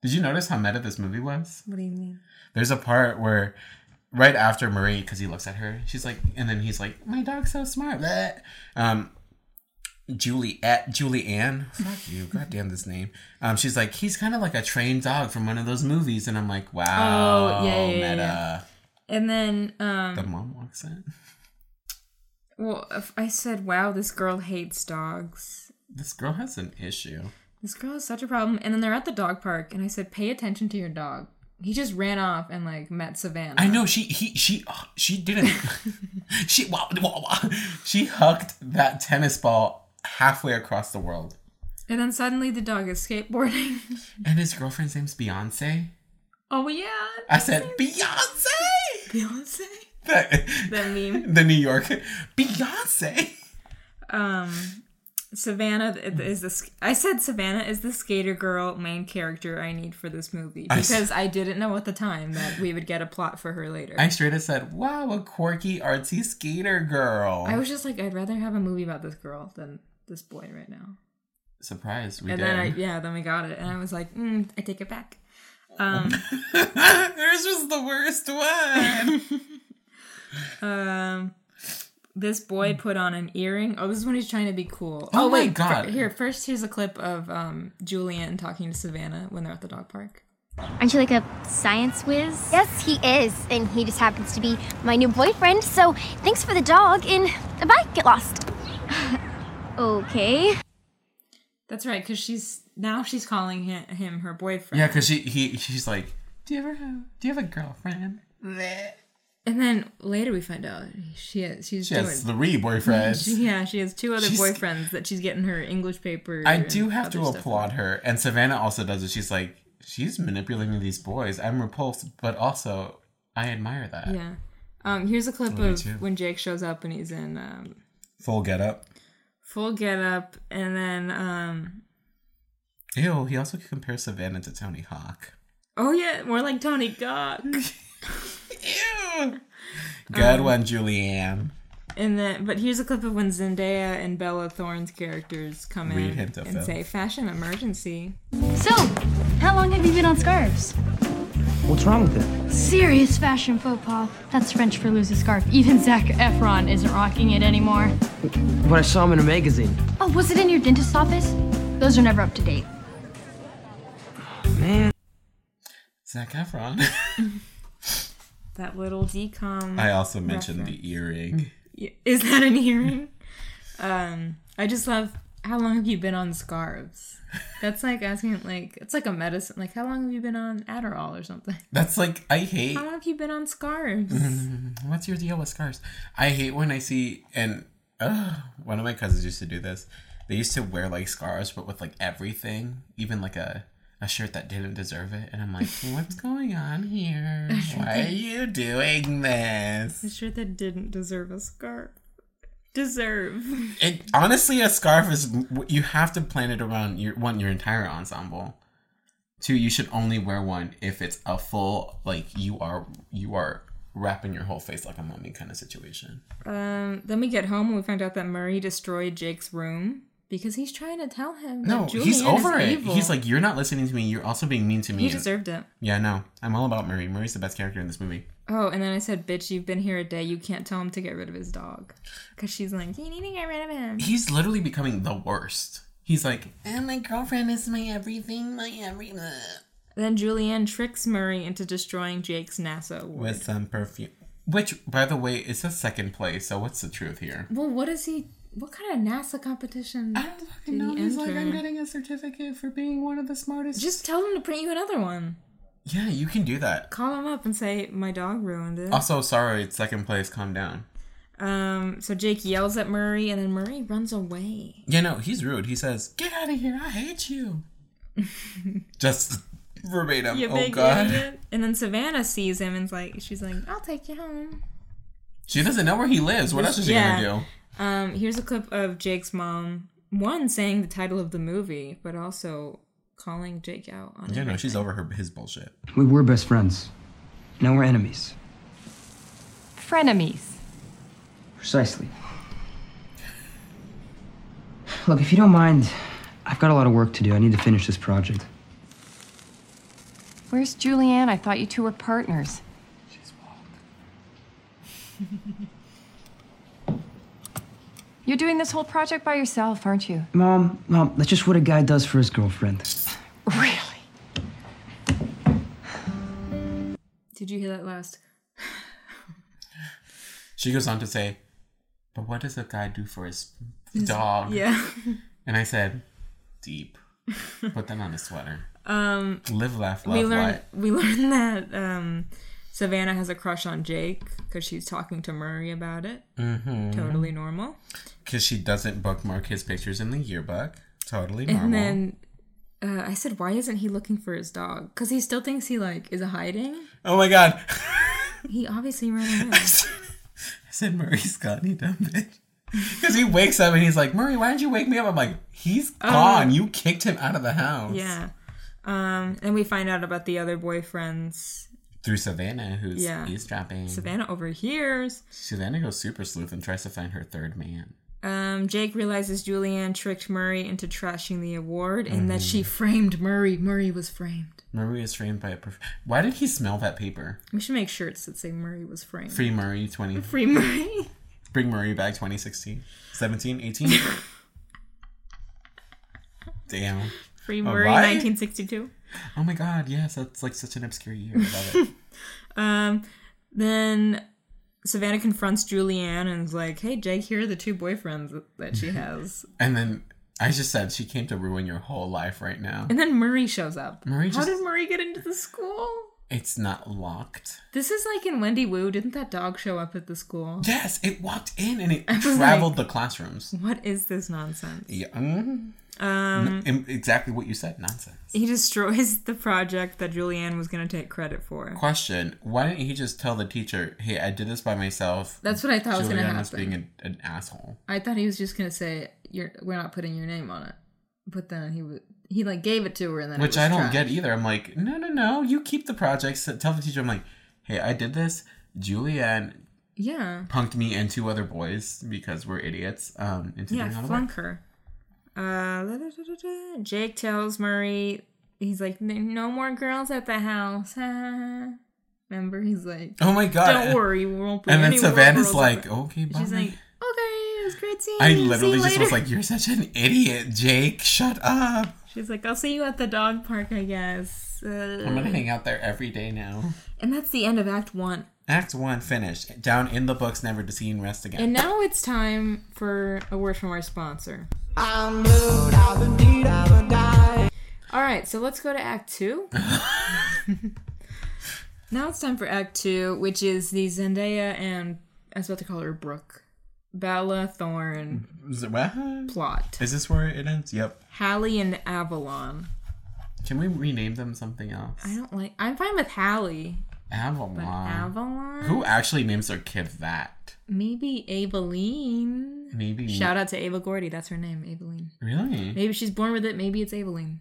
Speaker 1: Did you notice how meta this movie was?
Speaker 2: What do you mean?
Speaker 1: There's a part where right after Marie, because he looks at her, she's like, and then he's like, "My dog's so smart." Blah. Um, Juliet, Julianne, fuck you, goddamn this name. Um, she's like, he's kind of like a trained dog from one of those movies, and I'm like, wow,
Speaker 2: Oh, yeah, yeah, yeah,
Speaker 1: meta.
Speaker 2: yeah. And then um
Speaker 1: The mom walks in.
Speaker 2: Well, if I said, wow, this girl hates dogs.
Speaker 1: This girl has an issue.
Speaker 2: This girl is such a problem. And then they're at the dog park, and I said, pay attention to your dog. He just ran off and like met Savannah.
Speaker 1: I know she he she uh, she didn't she wah, wah, wah. she hucked that tennis ball halfway across the world.
Speaker 2: And then suddenly the dog is skateboarding.
Speaker 1: And his girlfriend's name's Beyonce.
Speaker 2: oh yeah,
Speaker 1: I said Beyonce.
Speaker 2: Beyonce.
Speaker 1: The,
Speaker 2: That meme.
Speaker 1: the New York Beyonce.
Speaker 2: Um, Savannah is the. sk- I said Savannah is the skater girl main character I need for this movie
Speaker 1: I s-
Speaker 2: because I, didn't know at the time that we would get a plot for her later.
Speaker 1: I straight up said, "Wow, a quirky artsy skater girl."
Speaker 2: I was just like, I'd rather have a movie about this girl than this boy right now.
Speaker 1: surprised we
Speaker 2: and
Speaker 1: did.
Speaker 2: then I, yeah, then we got it, and I was like, mm, I take it back. Um,
Speaker 1: Hers was the worst one.
Speaker 2: um, this boy put on an earring. Oh, this is when he's trying to be cool.
Speaker 1: Hmm. Oh my
Speaker 2: wait, fir-
Speaker 1: God.
Speaker 2: here, first here's a clip of um Julian talking to Savannah when they're at the dog park.
Speaker 7: Aren't you like a science whiz?
Speaker 4: Yes, he is, and he just happens to be my new boyfriend, so thanks for the dog, and bye, get lost.
Speaker 7: Okay.
Speaker 2: That's right, because she's now she's calling him, him her boyfriend.
Speaker 1: yeah, because she he she's like, "Do you ever have do you have a girlfriend?"
Speaker 2: And then later we find out she has, she's
Speaker 1: She
Speaker 2: doing.
Speaker 1: has three boyfriends.
Speaker 2: she- yeah, she has two other
Speaker 1: She's-
Speaker 2: boyfriends that she's getting her English paper.
Speaker 1: I
Speaker 2: and
Speaker 1: do have
Speaker 2: other
Speaker 1: to
Speaker 2: stuff
Speaker 1: applaud her. And Savannah also does it. She's like, she's manipulating these boys. I'm repulsed, but also I admire that.
Speaker 2: Yeah. Um, here's a clip
Speaker 1: Oh, me
Speaker 2: of
Speaker 1: too.
Speaker 2: when Jake shows up and he's in um,
Speaker 1: Full get up.
Speaker 2: full get up and then um
Speaker 1: Ew, he also compares Savannah to Tony Hawk.
Speaker 2: oh yeah, more like Tony Gawk.
Speaker 1: Ew. Good one, Julianne.
Speaker 2: and then but here's a clip of when Zendaya and Bella Thorne's characters come
Speaker 1: Read
Speaker 2: in
Speaker 1: hint of
Speaker 2: and
Speaker 1: them.
Speaker 2: say fashion emergency.
Speaker 8: So, how long have you been on scarves?
Speaker 6: What's wrong with it?
Speaker 8: Serious fashion faux pas. That's French for lose a scarf. Even Zach Efron isn't rocking it anymore.
Speaker 6: When I saw him in a magazine.
Speaker 8: Oh, was it in your dentist's office? Those are never up to date.
Speaker 6: Man.
Speaker 1: Zac Efron.
Speaker 2: That little decom
Speaker 1: I also mentioned the earring.
Speaker 2: is that an earring? um I just love how long have you been on scarves? That's like asking like it's like a medicine like how long have you been on Adderall or something?
Speaker 1: That's like, I hate.
Speaker 2: How long have you been on scarves?
Speaker 1: What's your deal with scarves? I hate when I see and uh, one of my cousins used to do this. They used to wear like scarves, but with like everything, even like a a shirt that didn't deserve it. And I'm like, what's going on here? Why are you doing
Speaker 2: The
Speaker 1: this?
Speaker 2: shirt that didn't deserve a scarf. Deserve.
Speaker 1: It honestly, a scarf is you have to plan it around your one your entire ensemble. Two, you should only wear one if it's a full like you are you are wrapping your whole face like a mummy kind of situation.
Speaker 2: Um, then we get home and we find out that Murray destroyed Jake's room because he's trying to tell him.
Speaker 1: No,
Speaker 2: that Julian
Speaker 1: he's over
Speaker 2: is
Speaker 1: it.
Speaker 2: Evil.
Speaker 1: He's like, you're not listening to me. You're also being mean to me.
Speaker 2: he deserved it.
Speaker 1: yeah, no, I'm all about Murray. Murray's the best character in this movie.
Speaker 2: Oh, and then I said, "Bitch, you've been here a day. You can't tell him to get rid of his dog," because she's like, "You need to get rid of him."
Speaker 1: He's literally becoming the worst. He's like, and my girlfriend is my everything, my everything.
Speaker 2: Then Julianne tricks Murray into destroying Jake's NASA award.
Speaker 1: With some perfume. Which, by the way, is a second place. So what's the truth here?
Speaker 2: well, what is he? What kind of NASA competition?
Speaker 1: I don't
Speaker 2: did
Speaker 1: fucking
Speaker 2: he
Speaker 1: know. He's like,
Speaker 2: enter?
Speaker 1: I'm getting a certificate for being one of the smartest.
Speaker 2: Just tell him to print you another one.
Speaker 1: yeah, you can do that.
Speaker 2: Call him up and say, "My dog ruined it."
Speaker 1: Also, sorry, it's second place. Calm down.
Speaker 2: Um, so Jake yells at Murray, and then Murray runs away.
Speaker 1: Yeah, no, he's rude. He says, "Get out of here! I hate you." Just verbatim.
Speaker 2: You
Speaker 1: oh
Speaker 2: big
Speaker 1: God,
Speaker 2: idiot. And then Savannah sees him and's like, she's like, I'll take you home.
Speaker 1: she doesn't know where he lives. What else is she
Speaker 2: Yeah.
Speaker 1: gonna
Speaker 2: Um, here's a clip of Jake's mom, one saying the title of the movie, but also calling Jake out on
Speaker 1: do? Yeah,
Speaker 2: it.
Speaker 1: no, she's over her his bullshit.
Speaker 6: We were best friends. Now we're enemies.
Speaker 8: Frenemies.
Speaker 6: Precisely. Look, if you don't mind, I've got a lot of work to do. I need to finish this project.
Speaker 8: Where's Julianne? I thought you two were partners.
Speaker 6: She's walked.
Speaker 8: You're doing this whole project by yourself, aren't you?
Speaker 6: Mom, Mom, that's just what a guy does for his girlfriend.
Speaker 8: Really?
Speaker 2: Did you hear that last?
Speaker 1: She goes on to say, but what does a guy do for his dog?
Speaker 2: Yeah.
Speaker 1: And I said, deep. Put that on a sweater.
Speaker 2: Um,
Speaker 1: Live, laugh, love,
Speaker 2: we learned
Speaker 1: light.
Speaker 2: we learned that um, Savannah has a crush on Jake because she's talking to Murray about it. Mm-hmm. Totally normal.
Speaker 1: Because she doesn't bookmark his pictures in the yearbook. Totally normal.
Speaker 2: And then uh, I said, "Why isn't he looking for his dog? Because he still thinks he like is hiding.
Speaker 1: oh my god.
Speaker 2: He obviously ran away.
Speaker 1: I said, Murray's gone, you dumb bitch. Because he wakes up and he's like, Murray, why didn't you wake me up? I'm like, he's gone. You kicked him out of the house.
Speaker 2: Oh. yeah. Um, and we find out about the other boyfriends.
Speaker 1: Through Savannah, who's
Speaker 2: Yeah.
Speaker 1: eavesdropping.
Speaker 2: Savannah overhears.
Speaker 1: Savannah goes super sleuth and tries to find her third man.
Speaker 2: Um, Jake realizes Julianne tricked Murray into trashing the award and that
Speaker 1: Mm.
Speaker 2: she framed Murray. Murray was framed.
Speaker 1: Murray is framed by a. Prof- Why did he smell that paper?
Speaker 2: We should make shirts that say Murray was framed.
Speaker 1: Free Murray 20.
Speaker 2: Free Murray.
Speaker 1: Bring Murray back 2016. 17, 18. Damn.
Speaker 2: Free
Speaker 1: All
Speaker 2: Murray,
Speaker 1: right.
Speaker 2: 1962.
Speaker 1: Oh my god, yes, that's like such an obscure year. I love it.
Speaker 2: Um, then Savannah confronts Julianne and is like, "Hey, Jake, here are the two boyfriends that she has."
Speaker 1: and then I just said she came to ruin your whole life right now.
Speaker 2: and then Murray shows up.
Speaker 1: Murray
Speaker 2: How
Speaker 1: just-
Speaker 2: did Murray get into the school?
Speaker 1: It's not locked.
Speaker 2: This is like in Wendy Woo. Didn't that dog show up at the school?
Speaker 1: Yes, it walked in and it
Speaker 2: was
Speaker 1: traveled the classrooms.
Speaker 2: What is this nonsense?
Speaker 1: Yeah. mhm.
Speaker 2: Um,
Speaker 1: Im- exactly what you said. Nonsense.
Speaker 2: he destroys the project that Julianne was going to take credit for.
Speaker 1: Question Why didn't he just tell the teacher, hey, I did this by myself?
Speaker 2: That's what I thought was going to
Speaker 1: Julian was
Speaker 2: happen.
Speaker 1: being an, an asshole.
Speaker 2: I thought he was just going to say, "You're we're not putting your name on it," but then he was he like gave it to her and then it
Speaker 1: Which
Speaker 2: was
Speaker 1: I don't
Speaker 2: trash.
Speaker 1: get either. I'm like, no, no, no. You keep the projects. Tell the teacher, I'm like, hey, I did this. Julianne
Speaker 2: Yeah.
Speaker 1: punked me and two other boys because we're idiots. Um, into
Speaker 2: Yeah,
Speaker 1: doing all the work.
Speaker 2: flunk her. Uh, da, da, da, da, da. Jake tells Murray, he's like, "N- no more girls at the house. huh?" Remember, he's like,
Speaker 1: Oh my god!
Speaker 2: don't worry, we won't put
Speaker 1: And then
Speaker 2: any more
Speaker 1: Savannah's
Speaker 2: girls
Speaker 1: like,
Speaker 2: at
Speaker 1: okay,
Speaker 2: the-"
Speaker 1: bye.
Speaker 2: she's like, okay, it was great seeing
Speaker 1: I
Speaker 2: you. See
Speaker 1: literally
Speaker 2: you
Speaker 1: just was
Speaker 2: later."
Speaker 1: like, you're such an idiot, Jake. Shut up.
Speaker 2: she's like, I'll see you at the dog park, I guess.
Speaker 1: I'm
Speaker 2: Uh,
Speaker 1: gonna hang out there every day now.
Speaker 2: and that's the end of Act One.
Speaker 1: Act one finished. Down in the books, never to see and rest again.
Speaker 2: And now it's time for a word from our sponsor.
Speaker 3: I'm moved, I'm indeed, I'm a die.
Speaker 2: All right, so let's go to Act Two. now it's time for Act Two, which is the Zendaya and I was about to call her Brooke, Bella Thorne
Speaker 1: Is it- what?
Speaker 2: plot.
Speaker 1: Is this where it ends? Yep.
Speaker 2: Hallie and Avalon.
Speaker 1: Can we rename them something else?
Speaker 2: I don't like. I'm fine with Hallie,
Speaker 1: Avalon.
Speaker 2: but Avalon.
Speaker 1: Who actually names their kid that?
Speaker 2: Maybe Aveline.
Speaker 1: Maybe.
Speaker 2: Shout out to Ava Gordy. That's her name, Aveline.
Speaker 1: Really?
Speaker 2: Maybe she's born with it. Maybe it's Aveline.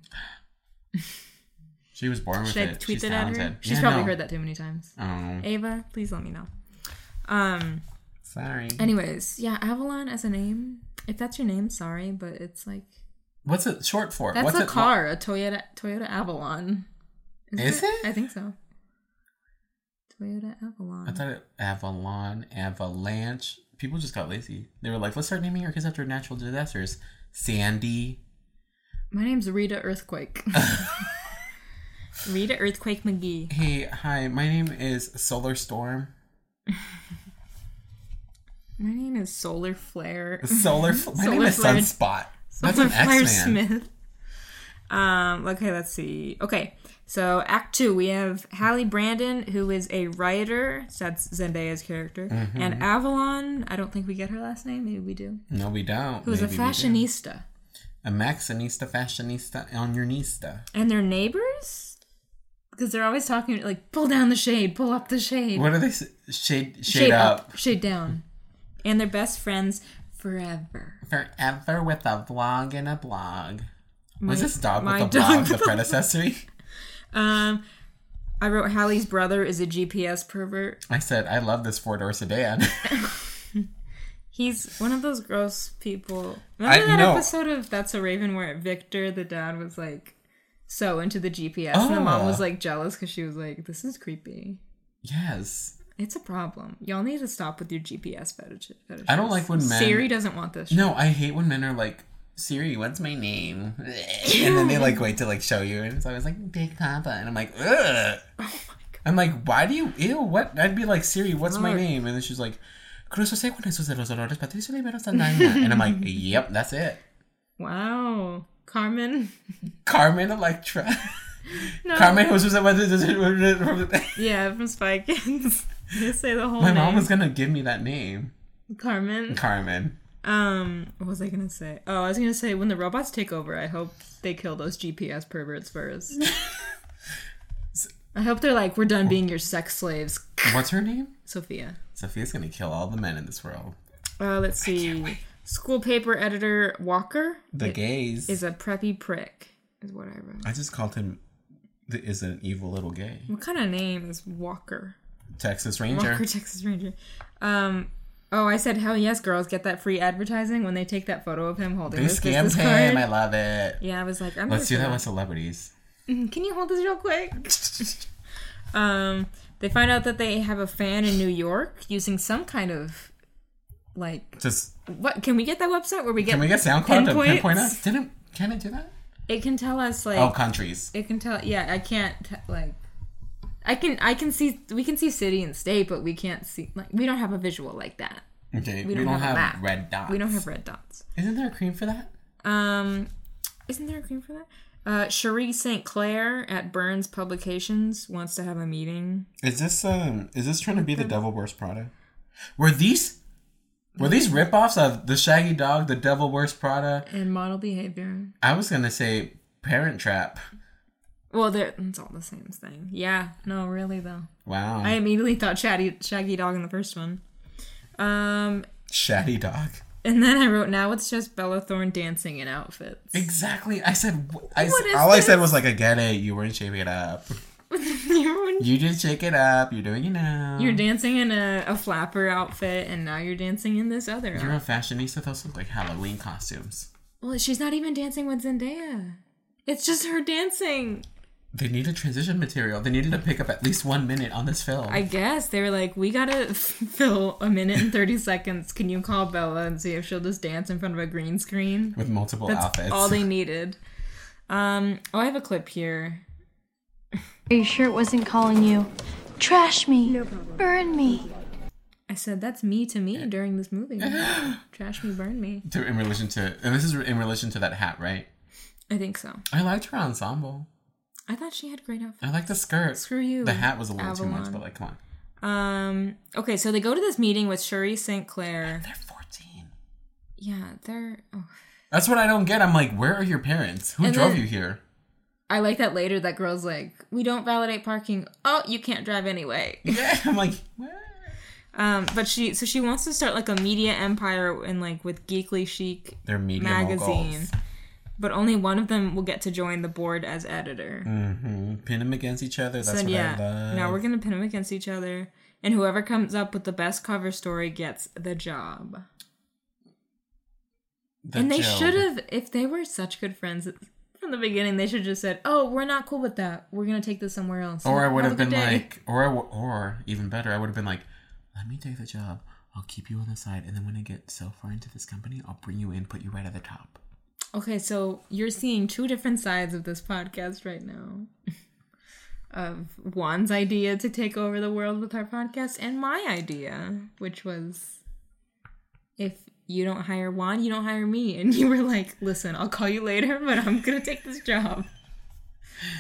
Speaker 1: She was born with
Speaker 2: Should I
Speaker 1: it.
Speaker 2: tweet
Speaker 1: She's
Speaker 2: that
Speaker 1: talented.
Speaker 2: at her? She's
Speaker 1: Yeah,
Speaker 2: probably
Speaker 1: no.
Speaker 2: heard that too many times.
Speaker 1: Oh,
Speaker 2: Ava, please let me know. Um.
Speaker 1: sorry.
Speaker 2: Anyways, yeah, Avalon as a name. If that's your name, sorry, but it's like
Speaker 1: What's it short for?
Speaker 2: that's
Speaker 1: What's
Speaker 2: a
Speaker 1: it-
Speaker 2: car, a Toyota Toyota Avalon. Isn't
Speaker 1: Is it?
Speaker 2: I think so. Toyota
Speaker 1: I
Speaker 2: Avalon.
Speaker 1: thought it Avalon, Avalanche. People just got lazy. They were like, let's start naming our kids after natural disasters. Sandy.
Speaker 2: My name's Rita Earthquake. Rita Earthquake McGee.
Speaker 1: Hey, hi, my name is Solar Storm.
Speaker 2: My name is Solar Flare.
Speaker 1: Solar. F- my name
Speaker 2: Solar
Speaker 1: is
Speaker 2: Flare-
Speaker 1: Sunspot. That's
Speaker 2: Solar
Speaker 1: an
Speaker 2: Flare
Speaker 1: X Man.
Speaker 2: Smith. Um, okay, let's see. Okay. So Act Two, we have Hallie Brandon, who is a writer. So that's Zendaya's character,
Speaker 1: Mm-hmm.
Speaker 2: and Avalon. I don't think we get her last name. Maybe we do.
Speaker 1: No, we don't.
Speaker 2: who's a
Speaker 1: Maybe we do.
Speaker 2: fashionista,
Speaker 1: A Maxinista, fashionista, on your nista.
Speaker 2: and their neighbors because they're always talking like pull down the shade, pull up the shade,
Speaker 1: What are they? s- Shade, shade, up.
Speaker 2: shade down, and they're best friends forever.
Speaker 1: Forever with a vlog and a blog. Was
Speaker 2: My-
Speaker 1: this dog
Speaker 2: my
Speaker 1: with a
Speaker 2: dog
Speaker 1: blog
Speaker 2: with
Speaker 1: the
Speaker 2: a-
Speaker 1: predecessor?
Speaker 2: Um, I wrote Hallie's brother is a GPS pervert.
Speaker 1: I said, I love this four door sedan.
Speaker 2: He's one of those gross people.
Speaker 1: I
Speaker 2: Remember that
Speaker 1: know.
Speaker 2: episode of That's a Raven where Victor, the dad, was like so into the GPS, and the mom
Speaker 1: Oh.
Speaker 2: was like jealous because she was like, "This is creepy."
Speaker 1: yes.
Speaker 2: It's a problem. Y'all need to stop with your GPS fetish. fetishes.
Speaker 1: I don't like when men-
Speaker 2: Siri doesn't want this. Shit.
Speaker 1: No, I hate when men are like, Siri, what's my name? And then they like wait to like show you, and it's always like Big Papa, and I'm like, ugh. I'm like, why do you ew? What? I'd be like, Siri, what's my
Speaker 2: Ugh.
Speaker 1: name? And then she's like, Cruzose con Jesús de los Dolores, Patricio Rivera Sandaña. And I'm like, yep, that's it.
Speaker 2: Wow. Carmen.
Speaker 1: Carmen Electra.
Speaker 2: No.
Speaker 1: Carmen Jesús de los
Speaker 2: Yeah, from Spy Kids. they say the whole
Speaker 1: My
Speaker 2: name.
Speaker 1: mom was gonna give me that name.
Speaker 2: Carmen.
Speaker 1: Carmen.
Speaker 2: Um, what was I gonna say? Oh, I was gonna say when the robots take over, I hope they kill those GPS perverts first. I hope they're like, we're done being your sex slaves,
Speaker 1: What's her name?
Speaker 2: Sophia.
Speaker 1: Sophia's gonna kill all the men in this world.
Speaker 2: Uh, let's see. School paper editor Walker
Speaker 1: The gays.
Speaker 2: is a preppy prick, is what I wrote.
Speaker 1: I just called him the, is an evil little gay.
Speaker 2: What kind of name is Walker?
Speaker 1: Texas Ranger.
Speaker 2: Walker, Texas Ranger. Um, oh, I said, hell yes, girls, get that free advertising when they take that photo of him holding
Speaker 1: They
Speaker 2: this
Speaker 1: scammed
Speaker 2: business
Speaker 1: him.
Speaker 2: card.
Speaker 1: I love it.
Speaker 2: yeah, I was like, I'm
Speaker 1: Let's do
Speaker 2: gonna
Speaker 1: that
Speaker 2: say
Speaker 1: with celebrities.
Speaker 2: Can you hold this real quick? um, they find out that they have a fan in New York using some kind of like
Speaker 1: Just
Speaker 2: what? Can we get that website where we get?
Speaker 1: can we get SoundCloud to pinpoint
Speaker 2: pinpoints?
Speaker 1: us? Didn't can it do that?
Speaker 2: It can tell us like
Speaker 1: Oh, countries.
Speaker 2: it can tell. Yeah, I can't t- like. I can I can see we can see city and state, but we can't see like we don't have a visual like that.
Speaker 1: Okay,
Speaker 2: We don't, have, a map.
Speaker 1: red dots.
Speaker 2: We don't have red dots.
Speaker 1: Isn't there a cream for that?
Speaker 2: Um, isn't there a cream for that? Uh, Cherie St. Clair at Burns Publications wants to have a meeting.
Speaker 1: Is this um? Is this trying to be the Devil Wears Prada? Were these were these
Speaker 2: Mm-hmm.
Speaker 1: ripoffs of the Shaggy Dog, the Devil Wears Prada?
Speaker 2: And model behavior.
Speaker 1: I was gonna say Parent Trap.
Speaker 2: Well, they're, it's all the same thing. Yeah, Mm. no, really though.
Speaker 1: Wow,
Speaker 2: I immediately thought Shaggy, Shaggy Dog in the first one. Um,
Speaker 1: Shaggy Dog.
Speaker 2: and then I wrote, now it's just Bella Thorne dancing in outfits.
Speaker 1: Exactly. I said. wh- I, s-
Speaker 2: What is
Speaker 1: all I said
Speaker 2: this?
Speaker 1: was like, I get it. You weren't shaping it up.
Speaker 2: You're-
Speaker 1: You just shake it up. You're doing it now.
Speaker 2: you're dancing in a, a flapper outfit, and now you're dancing in this other.
Speaker 1: You're
Speaker 2: outfit.
Speaker 1: a fashionista. Those look like Halloween costumes.
Speaker 2: Well, she's not even dancing with Zendaya. It's just her dancing.
Speaker 1: They needed transition material. They needed to pick up at least one minute on this film.
Speaker 2: I guess they were like, we gotta fill a minute and 30 seconds. Can you call Bella and see if she'll just dance in front of a green screen?
Speaker 1: with multiple
Speaker 2: That's
Speaker 1: outfits.
Speaker 2: all they needed. Um, oh, I have a clip here.
Speaker 8: Are you sure it wasn't calling you? Trash me. Burn me.
Speaker 2: I said that's me to me during this movie. Trash me, burn me.
Speaker 1: To- in relation to, and this is in relation to that hat, right?
Speaker 2: I think so.
Speaker 1: I liked her ensemble.
Speaker 2: I thought she had great outfits.
Speaker 1: I liked the skirt.
Speaker 2: Screw you,
Speaker 1: The hat was a little too much,
Speaker 2: Avalon.
Speaker 1: but like, come on.
Speaker 2: Um, okay, so they go to this meeting with Cherie St. Clair.
Speaker 1: They're 14.
Speaker 2: Yeah, they're. Oh.
Speaker 1: That's what I don't get. I'm like, where are your parents? Who
Speaker 2: And
Speaker 1: drove
Speaker 2: then-
Speaker 1: you here?
Speaker 2: I like that later. That girl's like, we don't validate parking. Oh, you can't drive anyway.
Speaker 1: Yeah, I'm like, where?
Speaker 2: Um, but she so she wants to start like a media empire and like with Geekly Chic,
Speaker 1: They're media
Speaker 2: Magazine.
Speaker 1: moguls.
Speaker 2: but only one of them will get to join the board as editor.
Speaker 1: Mm-hmm. Pin them against each other. That's
Speaker 2: so
Speaker 1: what I
Speaker 2: yeah,
Speaker 1: love.
Speaker 2: now we're gonna pin them against each other, and whoever comes up with the best cover story gets the job.
Speaker 1: The
Speaker 2: and they
Speaker 1: joke.
Speaker 2: should have, if they were such good friends from the beginning, they should have just said, "Oh, we're not cool with that. We're gonna take this somewhere else."
Speaker 1: Or I would
Speaker 2: a
Speaker 1: have been
Speaker 2: good day."
Speaker 1: like, or I w- or even better, I would have been like, let me take the job. I'll keep you on the side, and then when I get so far into this company, I'll bring you in, put you right at the top.
Speaker 2: Okay, so you're seeing two different sides of this podcast right now. of Juan's idea to take over the world with our podcast and my idea, which was if you don't hire Juan, you don't hire me. And you were like, listen, I'll call you later, but I'm going to take this job.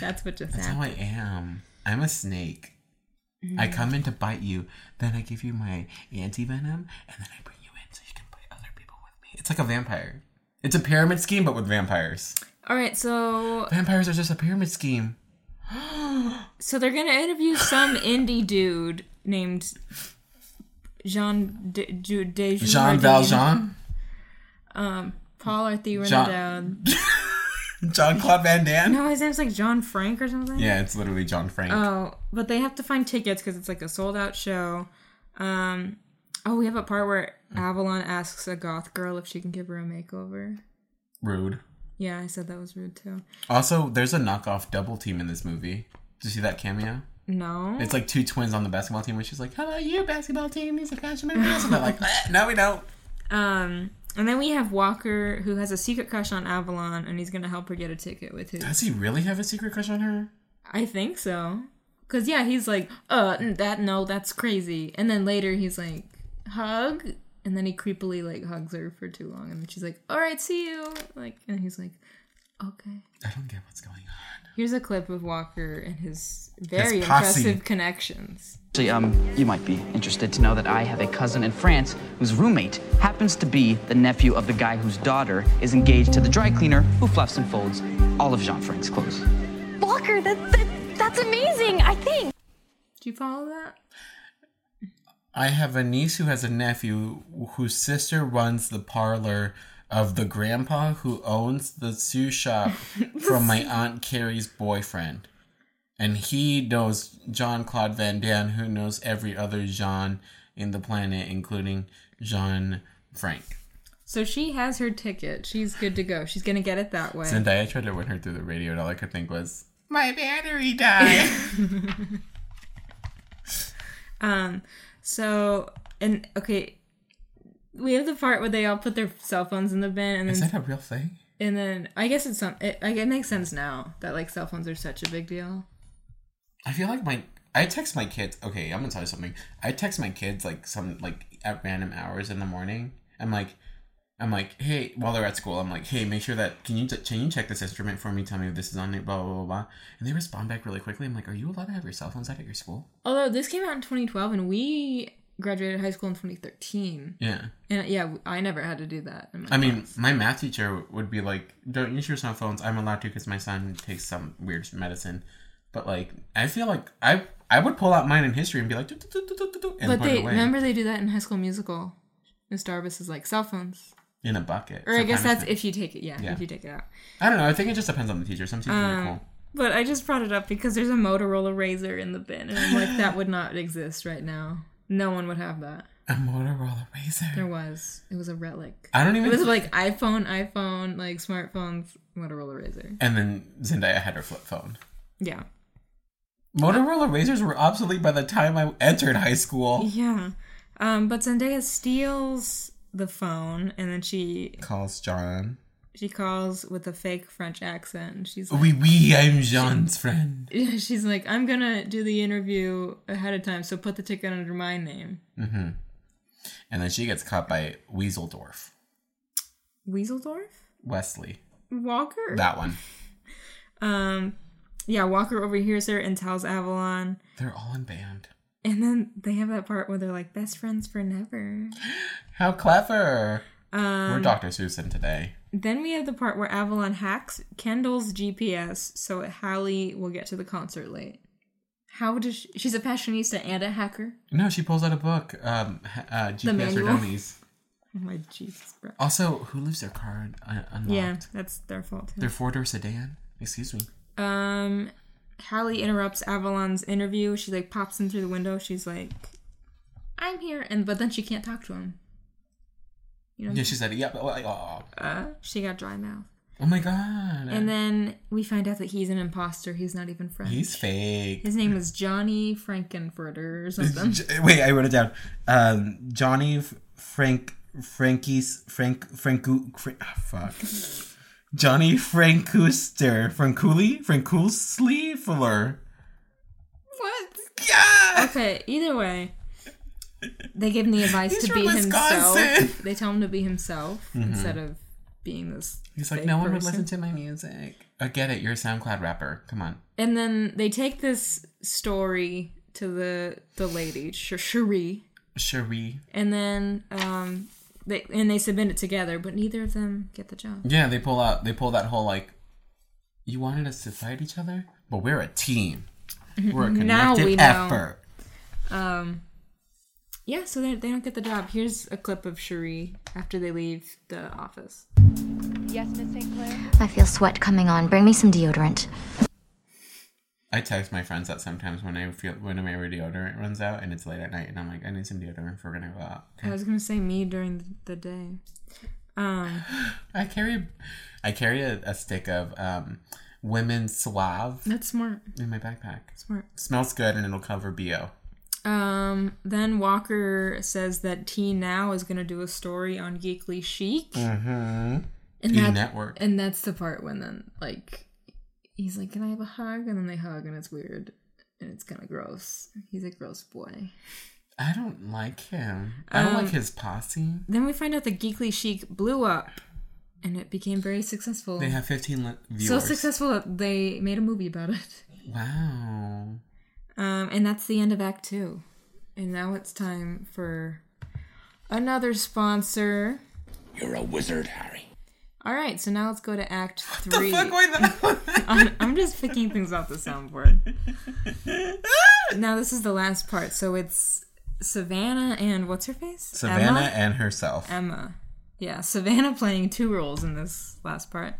Speaker 2: That's what just
Speaker 1: That's
Speaker 2: happened.
Speaker 1: how I am. I'm a snake. I
Speaker 2: Mm-hmm.
Speaker 1: come in to bite you, then I give you my anti venom, and then I bring you in so you can bite other people with me. It's like a vampire. It's a pyramid scheme, but with vampires.
Speaker 2: All right, so
Speaker 1: Vampires are just a pyramid scheme.
Speaker 2: so they're going to interview some indie dude named Jean De, De, De
Speaker 1: Jean Valjean,
Speaker 2: Paul Arthur
Speaker 1: Jean-
Speaker 2: Renaud.
Speaker 1: Jean Claude Van Damme.
Speaker 2: No, his name's like John Frank or something.
Speaker 1: Yeah, it's literally John Frank.
Speaker 2: Oh, but they have to find tickets because it's like a sold out show. Um, oh, we have a part where Avalon asks a goth girl if she can give her a makeover.
Speaker 1: Rude.
Speaker 2: Yeah, I said that was rude too.
Speaker 1: Also, there's a knockoff double team in this movie. Did you see that cameo?
Speaker 2: No,
Speaker 1: It's like two twins on the basketball team, which is like, "How about you, basketball team? These are fashion movies." And they're like, "Eh, "No, we don't."
Speaker 2: um, and then we have Walker who has a secret crush on Avalon, and he's gonna help her get a ticket with his.
Speaker 1: Does he really have a secret crush on her?
Speaker 2: I think so, cause yeah, he's like, uh, n- that no, that's crazy. And then later he's like, hug, and then he creepily like hugs her for too long, and then she's like, "All right, see you." Like, and he's like, "Okay."
Speaker 1: I don't get what's going on.
Speaker 2: Here's a clip of Walker and his very
Speaker 1: His posse.
Speaker 2: impressive connections.
Speaker 9: Actually, um, you might be interested to know that I have a cousin in France whose roommate happens to be the nephew of the guy whose daughter is engaged to the dry cleaner who fluffs and folds all of Jean Frank's clothes.
Speaker 7: Walker, that, that that's amazing. I think.
Speaker 2: Do you follow that?
Speaker 1: I have a niece who has a nephew whose sister runs the parlor of the grandpa who owns the shoe shop from my aunt Carrie's boyfriend. And he knows Jean Claude Van Damme, who knows every other Jean in the planet, including Jean Frank.
Speaker 2: So she has her ticket. She's good to go. She's gonna get it that way.
Speaker 1: Zendaya tried to win her through the radio, and all I could think was, My battery died.
Speaker 2: Um, so and okay, we have the part where they all put their cell phones in the bin, and
Speaker 1: Is
Speaker 2: then
Speaker 1: that a real thing?
Speaker 2: and then I guess it's some. It, like, it makes sense now that like cell phones are such a big deal.
Speaker 1: I feel like my I text my kids. Okay, I'm gonna tell you something. I text my kids like some like at random hours in the morning. I'm like, I'm like, hey, while they're at school, I'm like, hey, make sure that can you t- can you check this instrument for me? Tell me if this is on it. Blah blah blah blah. And they respond back really quickly. I'm like, are you allowed to have your cell phones out at your school?
Speaker 2: Although this came out in 2012, and we graduated high school in 2013,
Speaker 1: Yeah.
Speaker 2: and yeah, I never had to do that. in my
Speaker 1: I mean,
Speaker 2: class.
Speaker 1: my math teacher would be like, "Don't use your cell phones." I'm allowed to because my son takes some weird medicine. But like, I feel like I I would pull out mine in history and be like, "Do, do, do, do, do, do, do," and
Speaker 2: but
Speaker 1: put
Speaker 2: they
Speaker 1: it away
Speaker 2: remember they do that in High School Musical. Miss Darvis is like cell phones,
Speaker 1: in a bucket.
Speaker 2: or I guess that's
Speaker 1: if.
Speaker 2: if you take it. Yeah,
Speaker 1: Yeah.
Speaker 2: if you take it out.
Speaker 1: I don't know. I think it just depends on the teacher. Some teachers
Speaker 2: Uh,
Speaker 1: are cool.
Speaker 2: But I just brought it up because there's a Motorola Razor in the bin, and I'm like, that would not exist right now. No one would have that.
Speaker 1: A Motorola Razor.
Speaker 2: There was. It was a relic.
Speaker 1: I don't
Speaker 2: It
Speaker 1: even.
Speaker 2: was like iPhone, iPhone, like smartphones, Motorola Razor.
Speaker 1: and then Zendaya had her flip phone.
Speaker 2: Yeah.
Speaker 1: Motorola Razors were obsolete by the time I entered high school.
Speaker 2: Yeah. Um, but Zendaya steals the phone, and then she
Speaker 1: Calls John.
Speaker 2: she calls with a fake French accent, and she's like,
Speaker 1: Oui, oui, I'm Jean's friend.
Speaker 2: yeah, she's like, I'm gonna do the interview ahead of time, so put the ticket under my name.
Speaker 1: And then she gets caught by Weaseldorf.
Speaker 2: Weaseldorf?
Speaker 1: Wesley.
Speaker 2: Walker?
Speaker 1: That one.
Speaker 2: Um, yeah, Walker overhears her and tells Avalon,
Speaker 1: They're all in band.
Speaker 2: and then they have that part where they're like best friends for never.
Speaker 1: How clever. we're
Speaker 2: Um,
Speaker 1: Dr. Susan today.
Speaker 2: then we have the part where Avalon hacks Kendall's GPS so Hallie will get to the concert late. How does she, she's a fashionista and a hacker?
Speaker 1: No, she pulls out a book. Um, ha- uh, GPS for
Speaker 2: manual.
Speaker 1: Dummies.
Speaker 2: Oh my Jesus, bro.
Speaker 1: Also, who leaves their car un- un- unlocked?
Speaker 2: Yeah, that's their fault. Too.
Speaker 1: Their four door sedan. Excuse me.
Speaker 2: Um, Hallie interrupts Avalon's interview. She like pops in through the window. She's like, "I'm here," and but then she can't talk to him. You know,
Speaker 1: Yeah, she said, yeah. but- oh.
Speaker 2: uh, she got dry mouth.
Speaker 1: Oh my god.
Speaker 2: And then we find out that he's an imposter. He's not even French.
Speaker 1: he's fake.
Speaker 2: His name is Johnny Frankenfurter or something.
Speaker 1: J- Wait, I wrote it down. Um, Johnny F- Frank Frankie's Frank Franku Frank, fuck. Johnny Frankuster Francouli Frankoosly Fuller.
Speaker 2: what?
Speaker 1: Yeah.
Speaker 2: Okay. Either way, they give him the advice
Speaker 1: He's
Speaker 2: to
Speaker 1: from
Speaker 2: be himself.
Speaker 1: Wisconsin.
Speaker 2: They tell him to be himself instead of being this.
Speaker 1: Mm-hmm. He's like,
Speaker 2: fake
Speaker 1: no one would
Speaker 2: person."
Speaker 1: listen to my music. I get it. You're a SoundCloud rapper. Come on.
Speaker 2: And then they take this story to the the lady Sh- Cherie,
Speaker 1: Cherie.
Speaker 2: and then um they and they submit it together, but neither of them get the job.
Speaker 1: Yeah, they pull out. They pull that whole like, you wanted us to fight each other, but we're a team. We're a connected
Speaker 2: Now we know.
Speaker 1: effort.
Speaker 2: Um, yeah, so they, they don't get the job. Here's a clip of Cherie after they leave the office.
Speaker 10: Yes, Miss St. Clair?
Speaker 7: I feel sweat coming on. Bring me some deodorant.
Speaker 1: I text my friends that sometimes when I feel when my deodorant runs out and it's late at night and I'm like, I need some deodorant if we're gonna go out.
Speaker 2: I was gonna say me during the- the day. Um,
Speaker 1: I carry, I carry a, a stick of um, women's suave
Speaker 2: that's smart.
Speaker 1: in my backpack.
Speaker 2: Smart.
Speaker 1: Smells good and it'll cover bo.
Speaker 2: Um, then Walker says that T now is gonna do a story on Geekly Chic.
Speaker 1: Mm-hmm.
Speaker 2: And
Speaker 1: E
Speaker 2: that-
Speaker 1: Network.
Speaker 2: And that's the part when then like he's like, Can I have a hug? And then they hug and it's weird and it's kinda gross. He's a gross boy.
Speaker 1: I don't like him. I don't
Speaker 2: Um,
Speaker 1: like his posse.
Speaker 2: Then we find out that Geekly Chic blew up, and it became very successful.
Speaker 1: They have 15 li- viewers.
Speaker 2: so successful that they made a movie about it.
Speaker 1: Wow.
Speaker 2: Um, and that's the end of Act Two. And now it's time for another sponsor.
Speaker 11: You're a wizard, Harry.
Speaker 2: All right, so now let's go to Act Three.
Speaker 1: fuck was that?
Speaker 2: I'm, I'm just picking things off the soundboard. now this is the last part, so it's Savannah and what's her face?
Speaker 1: Savannah
Speaker 2: Emma?
Speaker 1: and herself.
Speaker 2: Emma. Yeah, Savannah playing two roles in this last part.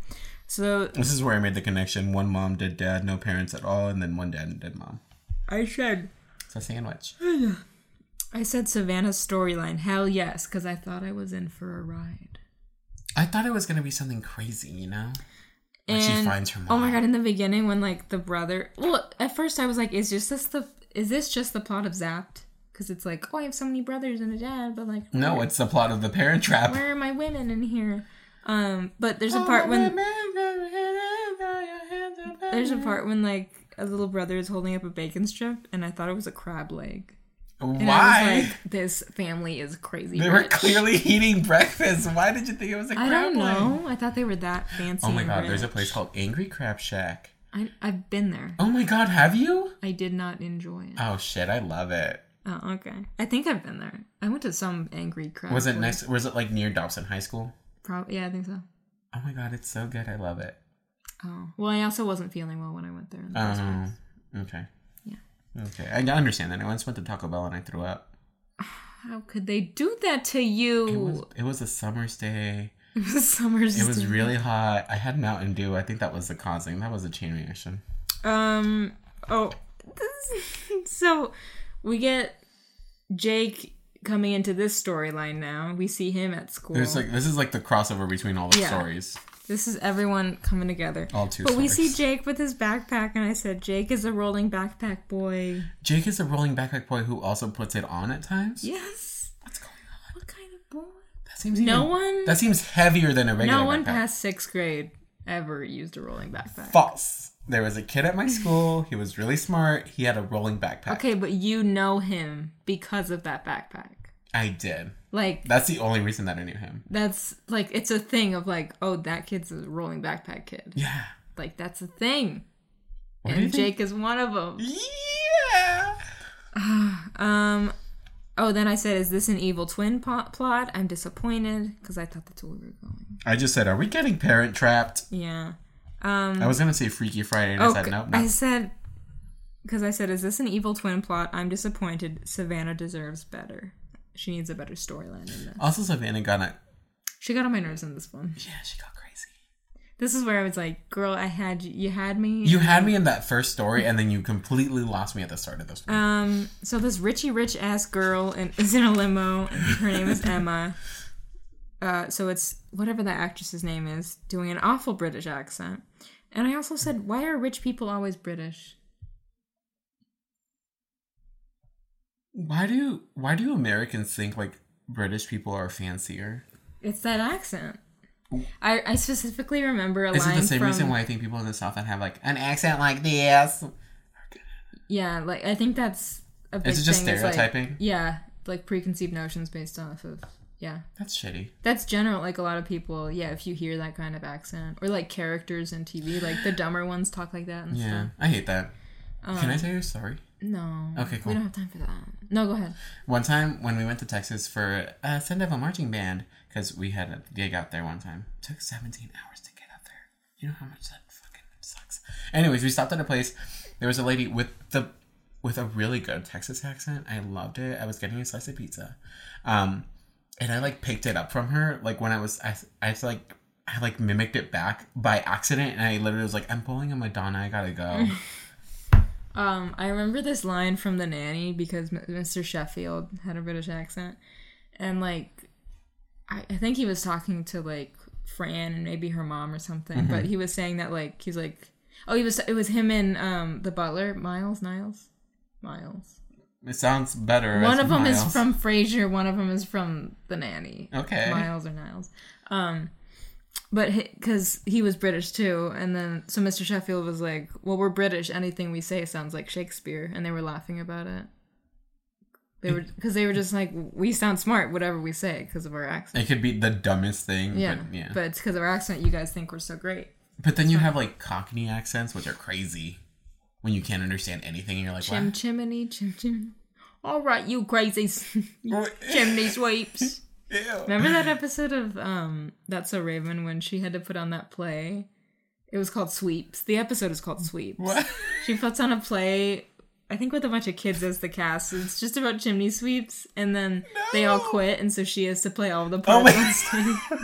Speaker 2: So
Speaker 1: This is where I made the connection. One mom did dad, no parents at all, and then one dad did mom.
Speaker 2: I said
Speaker 1: It's a sandwich.
Speaker 2: I said Savannah's storyline. Hell yes, because I thought I was in for a ride.
Speaker 1: I thought it was gonna be something crazy, you know? When she
Speaker 2: and
Speaker 1: finds her
Speaker 2: oh my
Speaker 1: mom.
Speaker 2: god in the beginning when like the brother well at first i was like is just this the is this just the plot of zapped because it's like oh i have so many brothers and a dad but like
Speaker 1: No,
Speaker 2: where,
Speaker 1: it's the plot of the parent trap.
Speaker 2: where are my women in here um but there's a part when there's a part when like a little brother is holding up a bacon strip and i thought it was a crab leg and i
Speaker 1: Why?
Speaker 2: was like this family is crazy
Speaker 1: they were
Speaker 2: rich.
Speaker 1: clearly eating breakfast. Why did you think it was a crab
Speaker 2: i don't
Speaker 1: leg?
Speaker 2: know i thought they were that fancy
Speaker 1: Oh my
Speaker 2: and
Speaker 1: god, there's a
Speaker 2: rich.
Speaker 1: place called Angry Crab Shack.
Speaker 2: I, i've been there
Speaker 1: Oh my god, have you?
Speaker 2: i did not enjoy it
Speaker 1: Oh shit, I love it.
Speaker 2: Oh, okay. I think I've been there. I went to some angry crowd.
Speaker 1: Was it
Speaker 2: place.
Speaker 1: next? Was it like near Dobson High School?
Speaker 2: Prob- yeah, I think so.
Speaker 1: Oh my god, it's so good. I love it.
Speaker 2: Oh, well, I also wasn't feeling well when I went there. In the first
Speaker 1: Oh,
Speaker 2: place.
Speaker 1: okay.
Speaker 2: Yeah.
Speaker 1: Okay, I understand that. I once went to Taco Bell and I threw up.
Speaker 2: How could they do that to
Speaker 1: It was,
Speaker 2: you?
Speaker 1: it was a summer's day.
Speaker 2: It was, summer's.
Speaker 1: It was really hot. I had Mountain Dew. I think that was the causing. That was a chain reaction.
Speaker 2: Um. Oh. this- so we get Jake coming into this storyline now. We see him at school.
Speaker 1: There's like this is like the crossover between all the
Speaker 2: Yeah.
Speaker 1: stories.
Speaker 2: This is everyone coming together.
Speaker 1: All two
Speaker 2: But we see
Speaker 1: stories.
Speaker 2: Jake with his backpack, and I said, Jake is a rolling backpack boy.
Speaker 1: Jake is a rolling backpack boy who also puts it on at times.
Speaker 2: Yes.
Speaker 1: What's going on?
Speaker 2: What kind of boy?
Speaker 1: That seems
Speaker 2: No
Speaker 1: even-
Speaker 2: one-
Speaker 1: That seems heavier than a regular.
Speaker 2: No one
Speaker 1: backpack.
Speaker 2: past sixth grade ever used a rolling backpack.
Speaker 1: False. There was a kid at my school. He was really smart. He had a rolling backpack.
Speaker 2: Okay, but you know him because of that backpack.
Speaker 1: I did.
Speaker 2: Like
Speaker 1: That's the only reason that I knew him.
Speaker 2: that's like it's a thing of like, oh, that kid's a rolling backpack kid.
Speaker 1: Yeah.
Speaker 2: Like that's a thing.
Speaker 1: What do you
Speaker 2: and
Speaker 1: think?
Speaker 2: Jake is one of them.
Speaker 1: Yeah.
Speaker 2: Um Oh, then I said, "Is this an evil twin po- plot?" I'm disappointed because I thought that's where we were going.
Speaker 1: I just said, are we getting parent trapped?
Speaker 2: Yeah. Um,
Speaker 1: I was gonna say Freaky Friday, and I
Speaker 2: Okay,
Speaker 1: said nope.
Speaker 2: I
Speaker 1: Not.
Speaker 2: said because I said, "Is this an evil twin plot?" I'm disappointed. Savannah deserves better. She needs a better storyline than this.
Speaker 1: Also, Savannah got a
Speaker 2: She got on my nerves in this one.
Speaker 1: yeah. She got crazy.
Speaker 2: This is where I was like, "Girl, I had you. You had me."
Speaker 1: You had me in that first story, and then you completely lost me at the start of this one.
Speaker 2: um. So this Richie rich ass girl and is in a limo, and her name is Emma. Uh. So it's whatever that actress's name is doing an awful British accent. And I also said, "Why are rich people always British?"
Speaker 1: why do Why do Americans think like British people are fancier?
Speaker 2: It's that accent. I, I specifically remember a
Speaker 1: Is it
Speaker 2: line
Speaker 1: the same
Speaker 2: from,
Speaker 1: reason why I think people in the South that have like an accent like this?
Speaker 2: Yeah, like I think that's a big
Speaker 1: it just
Speaker 2: thing, like-
Speaker 1: stereotyping?
Speaker 2: yeah, like preconceived notions based off of yeah.
Speaker 1: That's shitty.
Speaker 2: That's general. Like a lot of people, yeah. If you hear that kind of accent or like characters in TV, like the dumber ones talk like that and
Speaker 1: Yeah,
Speaker 2: stuff.
Speaker 1: I hate that.
Speaker 2: um,
Speaker 1: Can I tell you a story?
Speaker 2: No.
Speaker 1: Okay, cool.
Speaker 2: We don't have time for that. No, go ahead.
Speaker 1: One time when we went to Texas for a send of a marching band, because we had a gig out there one time, took 17 hours to get out there. You know how much that fucking sucks. Anyways, we stopped at a place. There was a lady with the with a really good Texas accent. I loved it. I was getting a slice of pizza, um, and I like picked it up from her. Like when I was, I, I just, like. I like mimicked it back by accident, and I literally was like, "I'm pulling a Madonna. I gotta go."
Speaker 2: Um, I remember this line from the nanny because M- Mr. Sheffield had a British accent, and like, I, I think he was talking to like Fran and maybe her mom or something.
Speaker 1: Mm-hmm.
Speaker 2: But he was saying that like he's like, oh, he was it was him and um the butler Miles Niles, Miles.
Speaker 1: it sounds better.
Speaker 2: one
Speaker 1: as
Speaker 2: of them is
Speaker 1: Miles.
Speaker 2: from Frasier. One of them is from the nanny.
Speaker 1: Okay.
Speaker 2: Miles or Niles. Um, but because he was British too, and then so Mr. Sheffield was like, "Well, we're British. Anything we say sounds like Shakespeare," and they were laughing about it. They were because they were just like we sound smart whatever we say because of our accent.
Speaker 1: It could be the dumbest thing.
Speaker 2: Yeah,
Speaker 1: But, yeah.
Speaker 2: but it's because of our accent. You guys think we're so great.
Speaker 1: But then you have like Cockney accents, which are crazy when you can't understand anything. And you're like,
Speaker 2: Chim
Speaker 1: what?
Speaker 2: chimney, chim chim. All right, you crazies, You chimney sweeps. Remember that episode of um That's So Raven when she had to put on that play? It was called Sweeps. The episode is called Sweeps.
Speaker 1: What?
Speaker 2: She puts on a play, I think with a bunch of kids as the cast. It's just about chimney sweeps, and then they all quit, and so she has to play all the
Speaker 1: Oh
Speaker 2: parts on stage.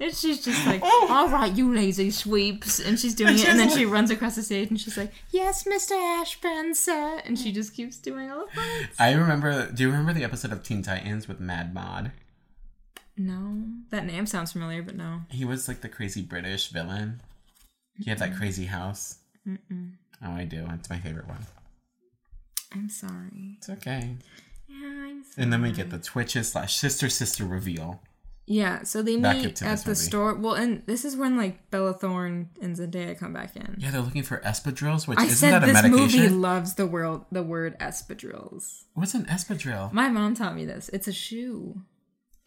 Speaker 2: And she's just like,
Speaker 1: Oh.
Speaker 2: all right, you lazy sweeps. And she's doing it. And then she runs across the stage and she's like, yes, Mr. Ashburn, sir. And she just keeps doing all the parts.
Speaker 1: I remember. Do you remember the episode of Teen Titans with Mad Mod?
Speaker 2: No. That name sounds familiar, but no.
Speaker 1: He was like the crazy British villain. He had that crazy house.
Speaker 2: Mm-mm.
Speaker 1: Oh, I do. It's my favorite one.
Speaker 2: I'm sorry.
Speaker 1: It's okay.
Speaker 2: Yeah, I'm sorry.
Speaker 1: And then we get the Twitches slash sister sister reveal.
Speaker 2: Yeah, so they
Speaker 1: Back
Speaker 2: meet
Speaker 1: into
Speaker 2: at
Speaker 1: this
Speaker 2: the
Speaker 1: movie.
Speaker 2: store. Well, and this is when like Bella Thorne and Zendaya come back in.
Speaker 1: Yeah, they're looking for espadrilles, which
Speaker 2: I
Speaker 1: isn't
Speaker 2: said
Speaker 1: that a
Speaker 2: this
Speaker 1: medication?
Speaker 2: movie loves the world the word espadrilles.
Speaker 1: What's an espadrille?
Speaker 2: My mom taught me this. It's a shoe.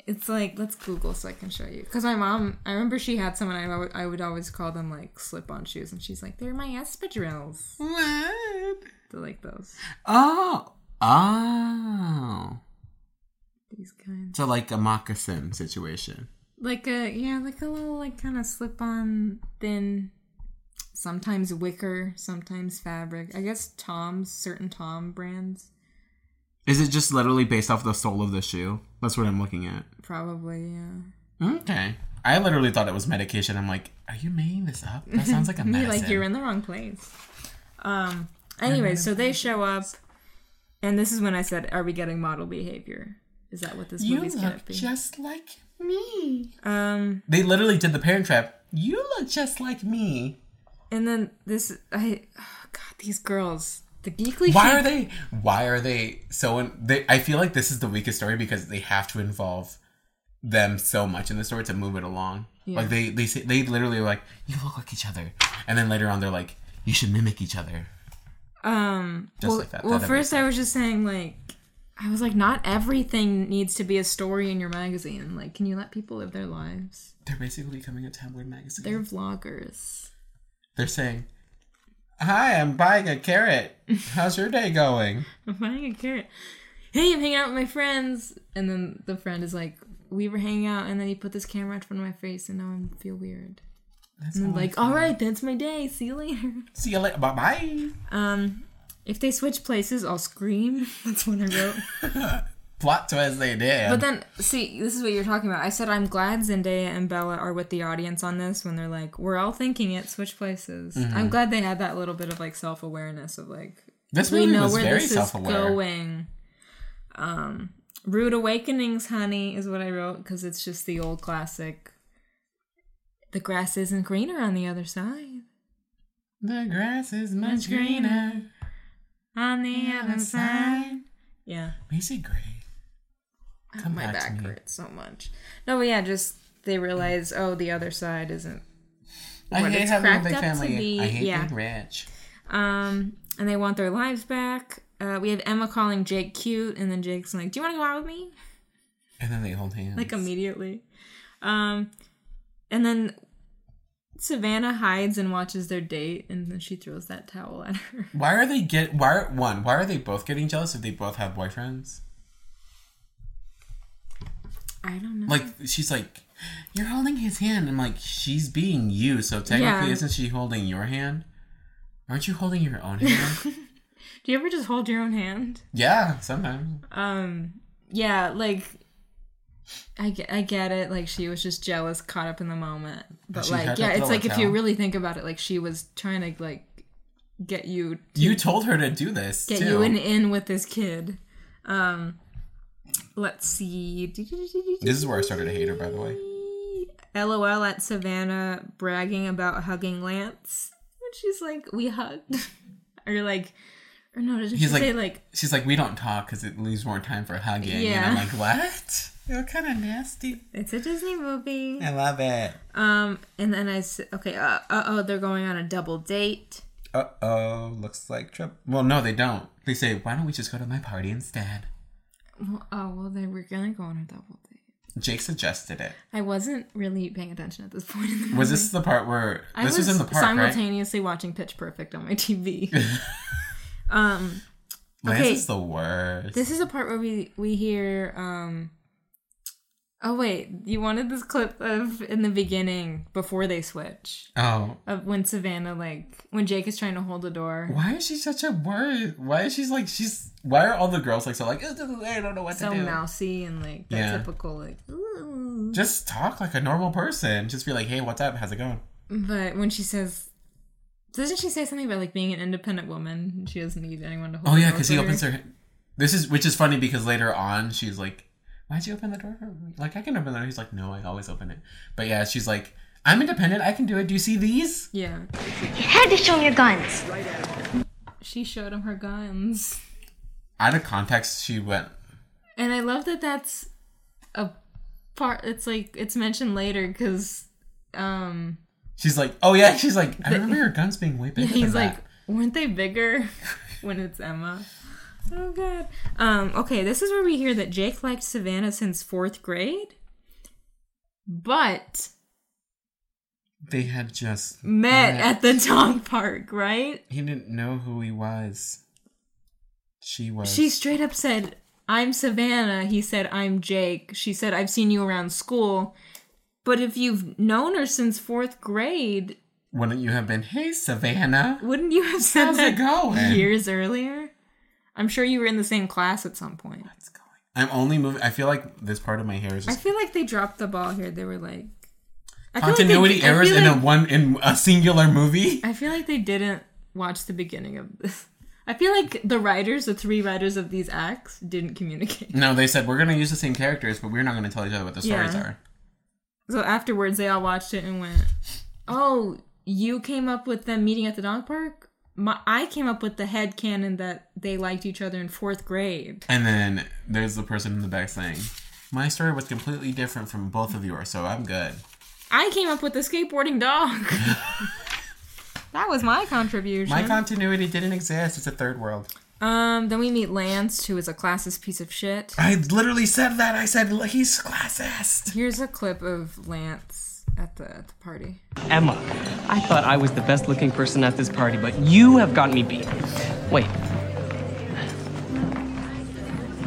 Speaker 2: It's like let's Google so I can show you. Because my mom, I remember she had someone I would, I would always call them like slip-on shoes, and she's like, "They're my espadrilles."
Speaker 1: What?
Speaker 2: They're like those
Speaker 1: Oh. Oh.
Speaker 2: these kinds.
Speaker 1: So like a moccasin situation.
Speaker 2: Like a yeah, like a little like kind of slip-on thin. Sometimes wicker, sometimes fabric. I guess Tom's certain Tom brands
Speaker 1: Is it just literally based off the sole of the shoe? That's what I'm looking at.
Speaker 2: probably yeah.
Speaker 1: Okay. I literally thought it was medication. I'm like, are you making this up? That sounds like a
Speaker 2: You're
Speaker 1: medicine.
Speaker 2: like you're in the wrong place. Um. Anyway, so they show up, and this is when I said, "Are we getting model behavior? Is that what this
Speaker 1: You
Speaker 2: movie's gonna
Speaker 1: look
Speaker 2: be?"
Speaker 1: just like me.
Speaker 2: um.
Speaker 1: They literally did the parent trap. You look just like me.
Speaker 2: And then this, I, oh God, these girls, the geekly.
Speaker 1: Why
Speaker 2: chic-
Speaker 1: are they? Why are they so? In, they, I feel like this is the weakest story because they have to involve them so much in the story to move it along.
Speaker 2: Yeah.
Speaker 1: Like they they say, they literally are like you look like each other, and then later on they're like you should mimic each other.
Speaker 2: Um.
Speaker 1: Just
Speaker 2: well,
Speaker 1: like that.
Speaker 2: well
Speaker 1: That
Speaker 2: first
Speaker 1: makes
Speaker 2: I was just saying like. I was like, not everything needs to be a story in your magazine. Like, can you let people live their lives?
Speaker 1: They're basically becoming a tabloid magazine.
Speaker 2: They're vloggers.
Speaker 1: They're saying, "Hi, I'm buying a carrot. How's your day going?"
Speaker 2: I'm buying a carrot. Hey, I'm hanging out with my friends. And then the friend is like, we were hanging out, and then he put this camera in front of my face, and now I feel weird.
Speaker 1: That's
Speaker 2: And
Speaker 1: how
Speaker 2: I'm
Speaker 1: I
Speaker 2: like,
Speaker 1: feel.
Speaker 2: all right, that's my day. See you later.
Speaker 1: see you later. Bye bye.
Speaker 2: Um, if they switch places, I'll scream. That's what I wrote.
Speaker 1: Plot twist, they did.
Speaker 2: But then, see, this is what you're talking about. I said I'm glad Zendaya and Bella are with the audience on this when they're like, we're all thinking it, switch places.
Speaker 1: Mm-hmm.
Speaker 2: I'm glad they had that little bit of like self awareness of like,
Speaker 1: this
Speaker 2: we
Speaker 1: movie
Speaker 2: know
Speaker 1: was
Speaker 2: where
Speaker 1: very
Speaker 2: this
Speaker 1: self-aware.
Speaker 2: is going. Um, Rude Awakenings, honey, is what I wrote because it's just the old classic. The grass isn't greener on the other side.
Speaker 1: The grass is much greener
Speaker 2: On the other side. Yeah.
Speaker 1: Macy Gray.
Speaker 2: Oh,
Speaker 1: Come
Speaker 2: my
Speaker 1: back to
Speaker 2: back
Speaker 1: me.
Speaker 2: hurts so much. No, but yeah, just they realize, oh, the other side isn't.
Speaker 1: I
Speaker 2: what
Speaker 1: hate
Speaker 2: it's
Speaker 1: having a
Speaker 2: cracked
Speaker 1: big
Speaker 2: up to
Speaker 1: family.
Speaker 2: be.
Speaker 1: I hate
Speaker 2: Yeah.
Speaker 1: being rich.
Speaker 2: Um, and they want their lives back. Uh, we have Emma calling Jake cute, and then Jake's like, "Do you want to go out with me?"
Speaker 1: And then they hold hands.
Speaker 2: like immediately. Um, and then Savannah hides and watches their date, and then she throws that towel at her.
Speaker 1: why are they get? Why are, one? Why are they both getting jealous if they both have boyfriends?
Speaker 2: I don't know.
Speaker 1: Like she's like, you're holding his hand. I'm like, she's being you. So technically,
Speaker 2: Yeah.
Speaker 1: isn't she holding your hand? Aren't you holding your own hand?
Speaker 2: do you ever just hold your own hand?
Speaker 1: yeah, sometimes.
Speaker 2: Um, yeah, like I get, I get it. Like she was just jealous, caught up in the moment. But,
Speaker 1: she had
Speaker 2: like,
Speaker 1: that
Speaker 2: yeah, it's
Speaker 1: pillow
Speaker 2: like if you
Speaker 1: towel.
Speaker 2: really think about it, like she was trying to like get you
Speaker 1: You told her to do this.
Speaker 2: get
Speaker 1: too.
Speaker 2: you in in with this kid. Um, let's see.
Speaker 1: This is where I started to hate her, by the way.
Speaker 2: LOL at Savannah bragging about hugging Lance. And she's like, we hugged. or like, or no, did she
Speaker 1: He's like,
Speaker 2: say like,
Speaker 1: she's like, we don't talk because it leaves more time for hugging. And
Speaker 2: Yeah.
Speaker 1: I'm like, what? You're kind of nasty.
Speaker 2: it's a Disney movie.
Speaker 1: I love it.
Speaker 2: Um, and then I said, okay, uh oh, they're going on a double date.
Speaker 1: Uh oh, looks like trip. Well, no, they don't. They say, why don't we just go to my party instead?
Speaker 2: Well, oh well, they were gonna go on a double date.
Speaker 1: Jake suggested it.
Speaker 2: I wasn't really paying attention at this point. In the movie.
Speaker 1: Was this the part where
Speaker 2: I
Speaker 1: this
Speaker 2: was,
Speaker 1: was, in the park, right?
Speaker 2: simultaneously watching Pitch Perfect on my TV. um,
Speaker 1: Lance
Speaker 2: okay.
Speaker 1: is the worst.
Speaker 2: this is a part where we we hear. Um, oh wait, you wanted this clip of in the beginning before they switch
Speaker 1: oh,
Speaker 2: of when Savannah like when Jake is trying to hold the door.
Speaker 1: why is she such a word? Why is she's like she's? Why are all the girls like so like "Ugh, I don't know what
Speaker 2: So
Speaker 1: to do?
Speaker 2: mousy and like that
Speaker 1: Yeah.
Speaker 2: typical like. Ooh.
Speaker 1: Just talk like a normal person. Just be like, hey, what's up? How's it going?
Speaker 2: But when she says, doesn't she say something about like being an independent woman? and She doesn't need anyone to hold.
Speaker 1: Oh
Speaker 2: the
Speaker 1: yeah,
Speaker 2: door
Speaker 1: because he
Speaker 2: for
Speaker 1: opens her. This is which is funny because later on she's like, "Why'd you open the door for me? Like I can open the door." He's like, "No, I always open it." But yeah, she's like, "I'm independent. I can do it. Do you see these?"
Speaker 2: Yeah,
Speaker 7: You had to show him your guns.
Speaker 2: she showed him her guns,
Speaker 1: Out of context, she went.
Speaker 2: and I love that that's a part. It's like it's mentioned later because um,
Speaker 1: She's like, "Oh yeah." She's like, "I remember your guns being way bigger."
Speaker 2: he's
Speaker 1: than
Speaker 2: like,
Speaker 1: that."
Speaker 2: weren't they bigger when it's Emma? Oh god. Um. Okay, this is where we hear that Jake liked Savannah since fourth grade, but
Speaker 1: "They had just
Speaker 2: met at the dog park, right?
Speaker 1: He didn't know who he was. She was.
Speaker 2: She straight up said, I'm Savannah. He said, I'm Jake. She said, I've seen you around school. But if you've known her since fourth grade,
Speaker 1: Wouldn't you have been? Hey, Savannah.
Speaker 2: wouldn't you have said
Speaker 1: How's
Speaker 2: that
Speaker 1: it going?
Speaker 2: years earlier? I'm sure you were in the same class at some point.
Speaker 1: I'm only moving. I feel like this part of my hair is
Speaker 2: I
Speaker 1: just
Speaker 2: feel like they dropped the ball here. They were like I feel like they-
Speaker 1: continuity
Speaker 2: I
Speaker 1: errors
Speaker 2: feel
Speaker 1: in a
Speaker 2: like-
Speaker 1: one in a singular movie.
Speaker 2: I feel like they didn't watch the beginning of this. I feel like the writers, the three writers of these acts, didn't communicate.
Speaker 1: No, they said we're gonna use the same characters, but we're not gonna tell each other what the stories
Speaker 2: Yeah.
Speaker 1: are.
Speaker 2: So afterwards, they all watched it and went, "Oh, you came up with them meeting at the dog park. My, I came up with the head canon that they liked each other in fourth grade."
Speaker 1: And then there's the person in the back saying, "My story was completely different from both of yours, so I'm good."
Speaker 2: I came up with the skateboarding dog. that was my contribution.
Speaker 1: My continuity didn't exist. It's a third world.
Speaker 2: um, then we meet Lance, who is a classist piece of shit.
Speaker 1: I literally said that. I said "Look, he's classist.
Speaker 2: Here's a clip of Lance at the at the party.
Speaker 5: Emma, I thought I was the best looking person at this party, but you have got me beat. Wait.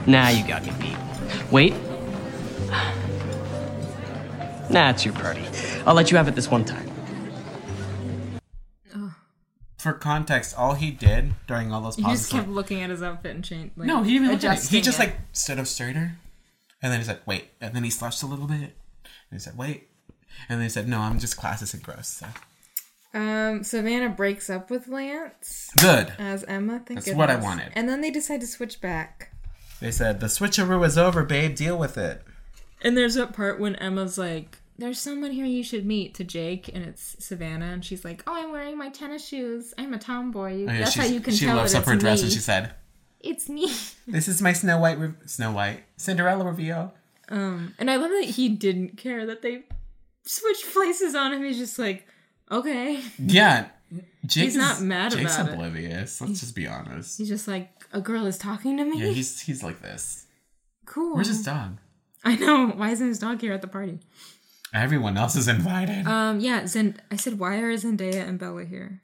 Speaker 5: Nah, you got me beat. Wait. Nah, it's your party. I'll let you have it this one time.
Speaker 1: For context, all he did during all those
Speaker 2: He
Speaker 1: pauses,
Speaker 2: just kept
Speaker 1: like-
Speaker 2: looking at his outfit and changed. Like,
Speaker 1: no, he didn't even look at it. He
Speaker 2: adjusting
Speaker 1: just
Speaker 2: it.
Speaker 1: like stood up straighter, and then he's like, "Wait," and then he slouched a little bit, and he said, "Wait," and then he said, "No, I'm just classist and gross." So.
Speaker 2: Um, Savannah breaks up with Lance.
Speaker 1: Good.
Speaker 2: As Emma, thank
Speaker 1: That's what I
Speaker 2: goodness.
Speaker 1: wanted.
Speaker 2: And then they decide to switch back.
Speaker 1: They said the switcheroo is over, babe. Deal with it.
Speaker 2: And there's that part when Emma's like, "There's someone here you should meet" to Jake, and it's Savannah, and she's like, "Oh, I'm wearing my tennis shoes. I'm a tomboy. You-
Speaker 1: Oh, yeah,
Speaker 2: That's how
Speaker 1: she's-
Speaker 2: you can
Speaker 1: she
Speaker 2: tell
Speaker 1: lifts
Speaker 2: that
Speaker 1: up
Speaker 2: it's
Speaker 1: her dress
Speaker 2: me.
Speaker 1: and she said,
Speaker 2: "It's me."
Speaker 1: "This is my Snow White, re- Snow White, Cinderella reveal."
Speaker 2: Um, and I love that he didn't care that they switched places on him. He's just like, "Okay."
Speaker 1: Yeah, Jake
Speaker 2: He's not
Speaker 1: is-
Speaker 2: mad
Speaker 1: Jake's
Speaker 2: about it.
Speaker 1: oblivious. Let's just be honest.
Speaker 2: He's just like, "A girl is talking to me."
Speaker 1: Yeah, he's he's like this.
Speaker 2: cool.
Speaker 1: Where's his dog?
Speaker 2: I know. Why isn't his dog here at the party?
Speaker 1: Everyone else is invited.
Speaker 2: Um, yeah, Zend- I said, why are Zendaya and Bella here?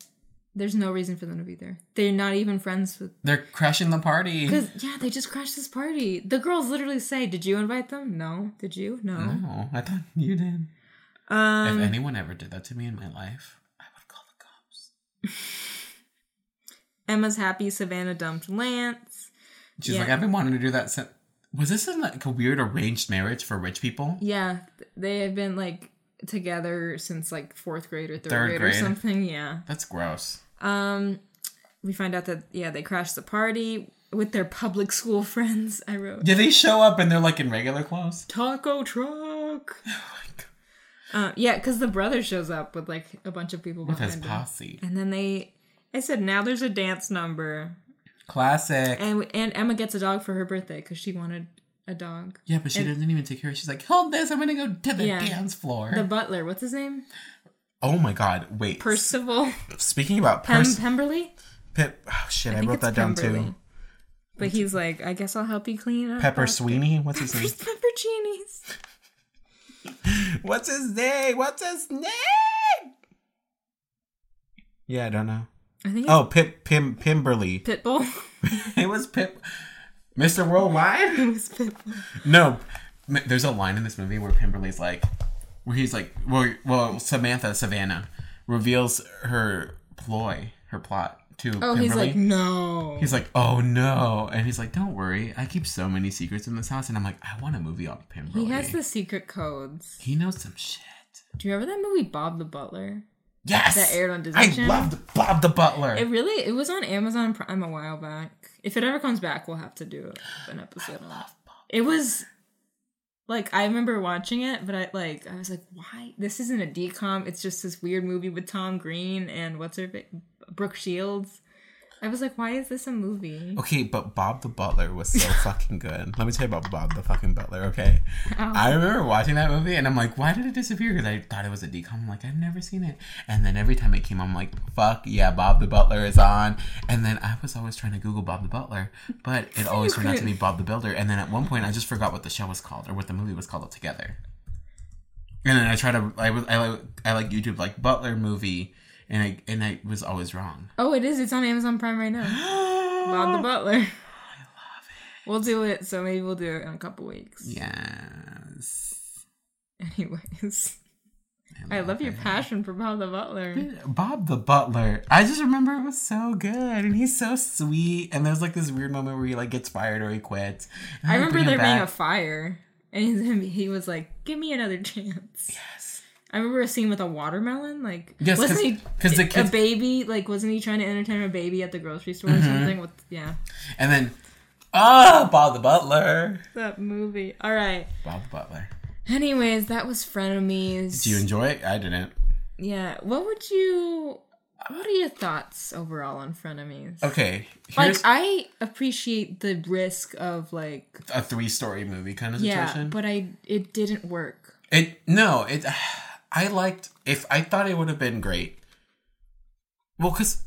Speaker 2: There's no reason for them to be there. They're not even friends with.
Speaker 1: They're crashing the party.
Speaker 2: Because, yeah, they just crashed this party. The girls literally say, Did you invite them? No. Did you? No.
Speaker 1: No, Oh, I thought you did.
Speaker 2: Um,
Speaker 1: if anyone ever did that to me in my life, I would call the cops.
Speaker 2: Emma's happy Savannah dumped Lance.
Speaker 1: She's
Speaker 2: yeah.
Speaker 1: like, I've been wanting to do that since. Was this in like a weird arranged marriage for rich people?
Speaker 2: Yeah, th- they have been like together since like fourth grade or third,
Speaker 1: Third
Speaker 2: grade,
Speaker 1: grade.
Speaker 2: or something. Yeah.
Speaker 1: That's gross.
Speaker 2: Um, we find out that, yeah, they crashed the party with their public school friends. I wrote,
Speaker 1: Yeah, they show up and they're like in regular clothes.
Speaker 2: Taco truck. Uh, yeah, because the brother shows up with like a bunch of people
Speaker 1: With
Speaker 2: behind
Speaker 1: his
Speaker 2: him.
Speaker 1: posse.
Speaker 2: and then they, I said, now there's a dance number,
Speaker 1: Classic.
Speaker 2: and and Emma gets a dog for her birthday because she wanted a dog.
Speaker 1: Yeah, but she
Speaker 2: And-
Speaker 1: doesn't even take care. She's like, hold this, I'm gonna go to the
Speaker 2: Yeah.
Speaker 1: dance floor.
Speaker 2: The butler, what's his name?
Speaker 1: oh my god, wait.
Speaker 2: Percival
Speaker 1: Speaking about
Speaker 2: Pem-
Speaker 1: Pers-
Speaker 2: Pemberley.
Speaker 1: Pip- oh shit, I,
Speaker 2: think
Speaker 1: wrote
Speaker 2: it's
Speaker 1: that down
Speaker 2: Pemberley.
Speaker 1: too.
Speaker 2: But he's like, I guess I'll help you clean up.
Speaker 1: Pepper
Speaker 2: after-"
Speaker 1: Sweeney? What's his
Speaker 2: Pepper,
Speaker 1: name?
Speaker 2: Pepper Genies.
Speaker 1: What's his name? What's his name? Yeah, I don't know.
Speaker 2: I think
Speaker 1: Oh, Pip Pim Pimberly.
Speaker 2: Pitbull.
Speaker 1: it was Pip. Mr. Worldwide?
Speaker 2: it was Pitbull.
Speaker 1: No, m- there's a line in this movie where Pemberley's like, where he's like, well, well Samantha Savannah reveals her ploy, her plot to
Speaker 2: Oh,
Speaker 1: Pemberley.
Speaker 2: he's like, no.
Speaker 1: He's like, oh no, and he's like, don't worry, I keep so many secrets in this house, and I'm like, I want a movie on Pemberley.
Speaker 2: He has the secret codes.
Speaker 1: He knows some shit.
Speaker 2: Do you remember that movie Bob the Butler?
Speaker 1: Yes,
Speaker 2: That aired on Disney
Speaker 1: I
Speaker 2: Channel?
Speaker 1: loved Bob the Butler.
Speaker 2: It really it was on Amazon Prime a while back. If it ever comes back, we'll have to do an episode on it. It was like I remember watching it, but I like I was like, why? This isn't a decom. It's just this weird movie with Tom Green and what's her fa- Brooke Shields. I was like, why is this a movie?
Speaker 1: Okay, but Bob the Butler was so fucking good. Let me tell you about Bob the fucking Butler, okay? I remember watching that movie and I'm like, why did it disappear? Because I thought it was a decom. I'm like, I've never seen it. And then every time it came, I'm like, fuck yeah, Bob the Butler is on. And then I was always trying to Google Bob the Butler, but it always turned out to be Bob the Builder. And then at one point, I just forgot what the show was called or what the movie was called altogether. And then I tried to, I was, I like, I like YouTube like Butler movie, and I and I was always wrong.
Speaker 2: Oh, it is. It's on Amazon Prime right now. Bob the Butler. I love it. We'll do it. So maybe we'll do it in a couple weeks.
Speaker 1: Yes.
Speaker 2: Anyways. I love your passion for Bob the Butler.
Speaker 1: Bob the Butler. I just remember it was so good, and he's so sweet. And there's like this weird moment where he like gets fired or he quits. And
Speaker 2: I
Speaker 1: they
Speaker 2: remember
Speaker 1: bring
Speaker 2: there
Speaker 1: him
Speaker 2: being a
Speaker 1: back.
Speaker 2: fire, and him- he was like, "Give me another chance." Yes. I remember a scene with a watermelon. Like,
Speaker 1: Yes, 'cause-
Speaker 2: wasn't he
Speaker 1: 'cause the kids-
Speaker 2: a baby? Like, wasn't he trying to entertain a baby at the grocery store or
Speaker 1: Mhm.
Speaker 2: something? With yeah,
Speaker 1: and then oh, Bob the Butler.
Speaker 2: that movie. All right.
Speaker 1: Bob the Butler.
Speaker 2: Anyways, that was frenemies.
Speaker 1: Did you enjoy it? I didn't.
Speaker 2: Yeah. What would you? What are your thoughts overall on frenemies?
Speaker 1: Okay,
Speaker 2: Like,
Speaker 1: here's
Speaker 2: I appreciate the risk of like,
Speaker 1: a three-story movie kind of
Speaker 2: yeah,
Speaker 1: situation.
Speaker 2: but I it didn't work.
Speaker 1: It no, it. I liked. If I thought it would have been great. Well, because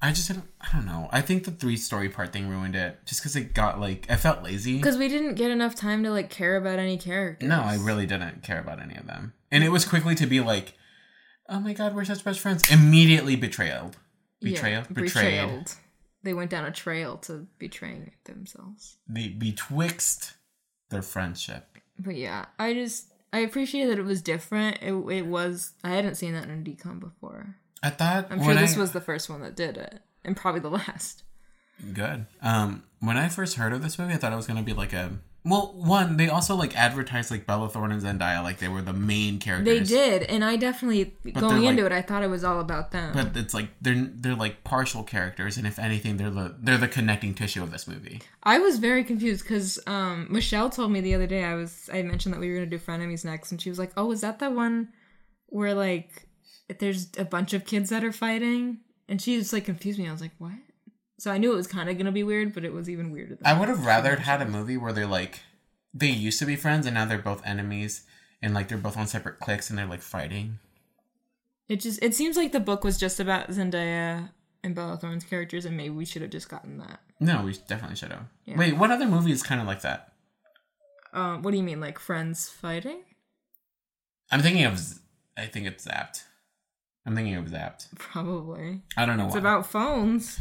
Speaker 1: I just didn't. I don't know. I think the three-story part thing ruined it, just because it got like I felt lazy.
Speaker 2: Because we didn't get enough time to like care about any character.
Speaker 1: No, I really didn't care about any of them. And it was quickly to be like, oh my god, we're such best friends. Immediately betrayal. Betrayal? betrayed.
Speaker 2: They went down a trail to betraying themselves.
Speaker 1: They betwixt their friendship.
Speaker 2: But yeah, I just I appreciate that it was different. It it was I hadn't seen that in a decom before.
Speaker 1: I thought
Speaker 2: I'm sure
Speaker 1: when
Speaker 2: this
Speaker 1: I-
Speaker 2: was the first one that did it, and probably the last.
Speaker 1: Good. Um, when I first heard of this movie, I thought it was gonna be like a well, one, they also like advertised like Bella Thorne and Zendaya like they were the main
Speaker 2: They
Speaker 1: characters.
Speaker 2: did, and I definitely
Speaker 1: they're
Speaker 2: going into
Speaker 1: like-
Speaker 2: it, I thought it was all about them.
Speaker 1: But it's like they're they're like partial characters, and if anything, they're the they're the connecting tissue of this movie.
Speaker 2: I was very confused because um, Michelle told me the other day I was I mentioned that we were gonna do frenemies next, and she was like, "Oh, is that the one where like there's a bunch of kids that are fighting?" And she just like confused me. I was like, "What?" So I knew it was kind of gonna be weird, but it was even weirder. Than
Speaker 1: I would have rather had a movie where they're like they used to be friends and now they're both enemies and like they're both on separate cliques and they're like fighting.
Speaker 2: It just it seems like the book was just about Zendaya and Bella Thorne's characters, and maybe we should have just gotten that.
Speaker 1: No, we definitely should have.
Speaker 2: Yeah.
Speaker 1: Wait, what other movie is kind of like that?
Speaker 2: Um, what do you mean, like friends fighting?
Speaker 1: I'm thinking of. Z- I think it's Zapped. I'm thinking of Zapped.
Speaker 2: Probably.
Speaker 1: I don't know
Speaker 2: It's
Speaker 1: why.
Speaker 2: about phones.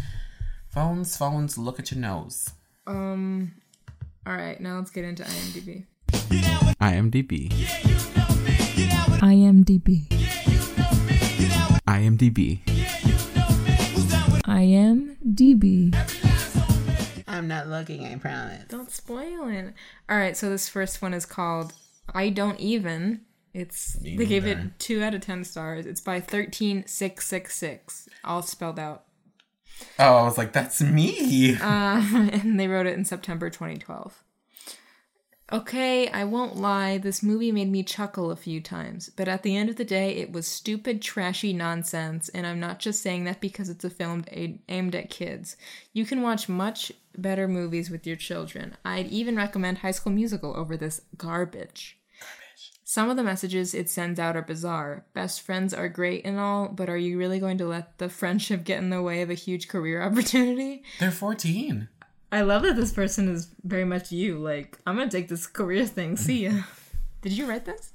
Speaker 1: Phones, phones, look at your nose.
Speaker 2: Um. All right, now let's get into IMDb.
Speaker 1: IMDb.
Speaker 2: IMDb.
Speaker 1: IMDb.
Speaker 2: I am DB.
Speaker 1: I'm not looking, I promise.
Speaker 2: Don't spoil it. All right, so this first one is called I Don't Even. It's they gave
Speaker 1: Neither.
Speaker 2: it 2 out of 10 stars. It's by 13666, all spelled out.
Speaker 1: Oh, I was like, that's me.
Speaker 2: Um, and they wrote it in September 2012. Okay, I won't lie, this movie made me chuckle a few times, but at the end of the day, it was stupid, trashy nonsense, and I'm not just saying that because it's a film a- aimed at kids. You can watch much better movies with your children. I'd even recommend High School Musical over this garbage. Some of the messages it sends out are bizarre. Best friends are great and all, but are you really going to let the friendship get in the way of a huge career opportunity?
Speaker 1: They're 14.
Speaker 2: I love that this person is very much you. Like, I'm gonna take this career thing. See ya. did you write this?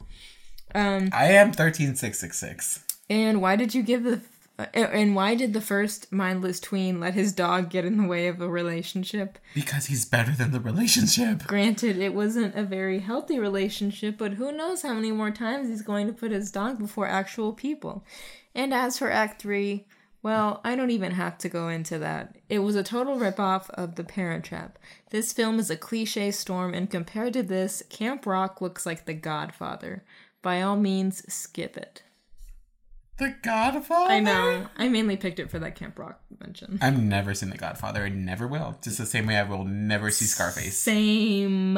Speaker 2: Um,
Speaker 1: I am thirteen six six six.
Speaker 2: and why did you give the? uh, And why did the first mindless tween let his dog get in the way of a relationship?
Speaker 1: Because he's better than the relationship.
Speaker 2: Granted, it wasn't a very healthy relationship, but who knows how many more times he's going to put his dog before actual people. And as for Act 3, well, I don't even have to go into that. It was a total ripoff of The Parent Trap. This film is a cliche storm, and compared to this, Camp Rock looks like The Godfather. By all means, skip it.
Speaker 1: The Godfather?
Speaker 2: I know. I mainly picked it for that Camp Rock mention.
Speaker 1: I've never seen The Godfather. I never will. Just the same way I will never see Scarface.
Speaker 2: Same.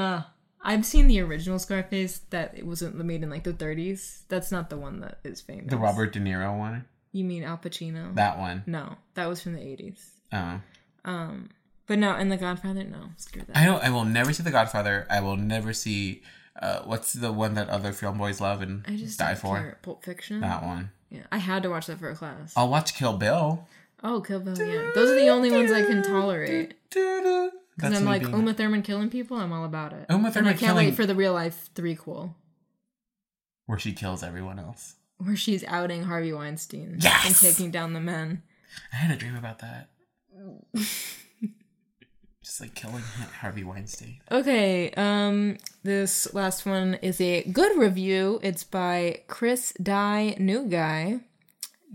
Speaker 2: I've seen the original Scarface that it wasn't made in like the 30s. That's not the one that is famous.
Speaker 1: The Robert De Niro one?
Speaker 2: You mean Al Pacino?
Speaker 1: That one.
Speaker 2: No, that was from the 80s.
Speaker 1: Oh.
Speaker 2: Um, but no, and The Godfather. No, screw that.
Speaker 1: I don't. I will never see The Godfather. I will never see. Uh, what's the one that other film boys love and
Speaker 2: I just
Speaker 1: die
Speaker 2: don't
Speaker 1: for?
Speaker 2: care. Mm. Pulp Fiction.
Speaker 1: That one. Oh.
Speaker 2: Yeah, I had to watch that for a class.
Speaker 1: I'll watch Kill Bill.
Speaker 2: Oh, Kill Bill. Yeah, those are the only ones I can tolerate. Because
Speaker 1: That's
Speaker 2: I'm
Speaker 1: me
Speaker 2: like
Speaker 1: being-
Speaker 2: Uma Thurman killing people. I'm all about it.
Speaker 1: Uma
Speaker 2: and I
Speaker 1: Thurman
Speaker 2: can't
Speaker 1: killing-
Speaker 2: wait for the real life threequel
Speaker 1: where she kills everyone else.
Speaker 2: where she's outing Harvey Weinstein
Speaker 1: Yes!
Speaker 2: and taking down the men.
Speaker 1: I had a dream about that. Just like killing Harvey Weinstein.
Speaker 2: Okay, um this last one is a good review. It's by Chris Die New Guy.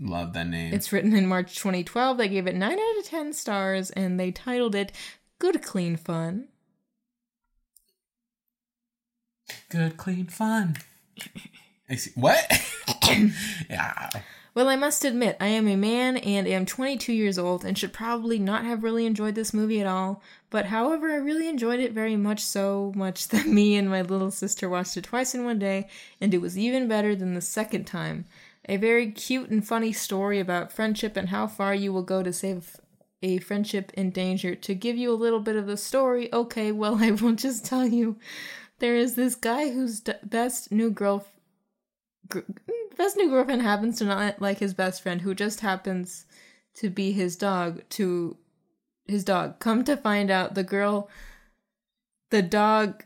Speaker 1: Love that name.
Speaker 2: It's written in March 2012. They gave it 9 out of 10 stars and they titled it Good Clean Fun.
Speaker 1: good, clean fun. Excuse- what? yeah.
Speaker 2: Well, I must admit, I am a man and am 22 years old and should probably not have really enjoyed this movie at all. But however, I really enjoyed it very much so much that me and my little sister watched it twice in one day, and it was even better than the second time. A very cute and funny story about friendship and how far you will go to save a friendship in danger. To give you a little bit of the story, okay, well, I will just tell you. There is this guy whose d- best new girl gr- best new girlfriend happens to not like his best friend, who just happens to be his dog. To his dog, come to find out, the girl, the dog.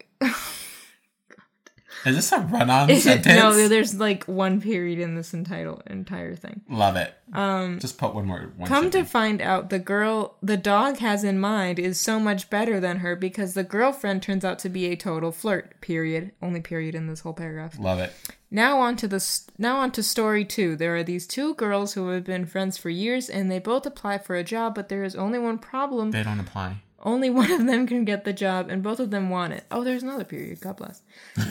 Speaker 1: Is this a run-on sentence?
Speaker 2: no, there's like one period in this entire entire thing.
Speaker 1: Love it.
Speaker 2: Um,
Speaker 1: Just put one more. One
Speaker 2: Come to find out, the girl the dog has in mind is so much better than her because the girlfriend turns out to be a total flirt. Period. Only period in this whole paragraph.
Speaker 1: Love it.
Speaker 2: Now on to the s now on to story two. There are these two girls who have been friends for years, and they both apply for a job, but there is only one problem.
Speaker 1: They don't apply.
Speaker 2: Only one of them can get the job, and both of them want it. Oh, there's another period. God bless.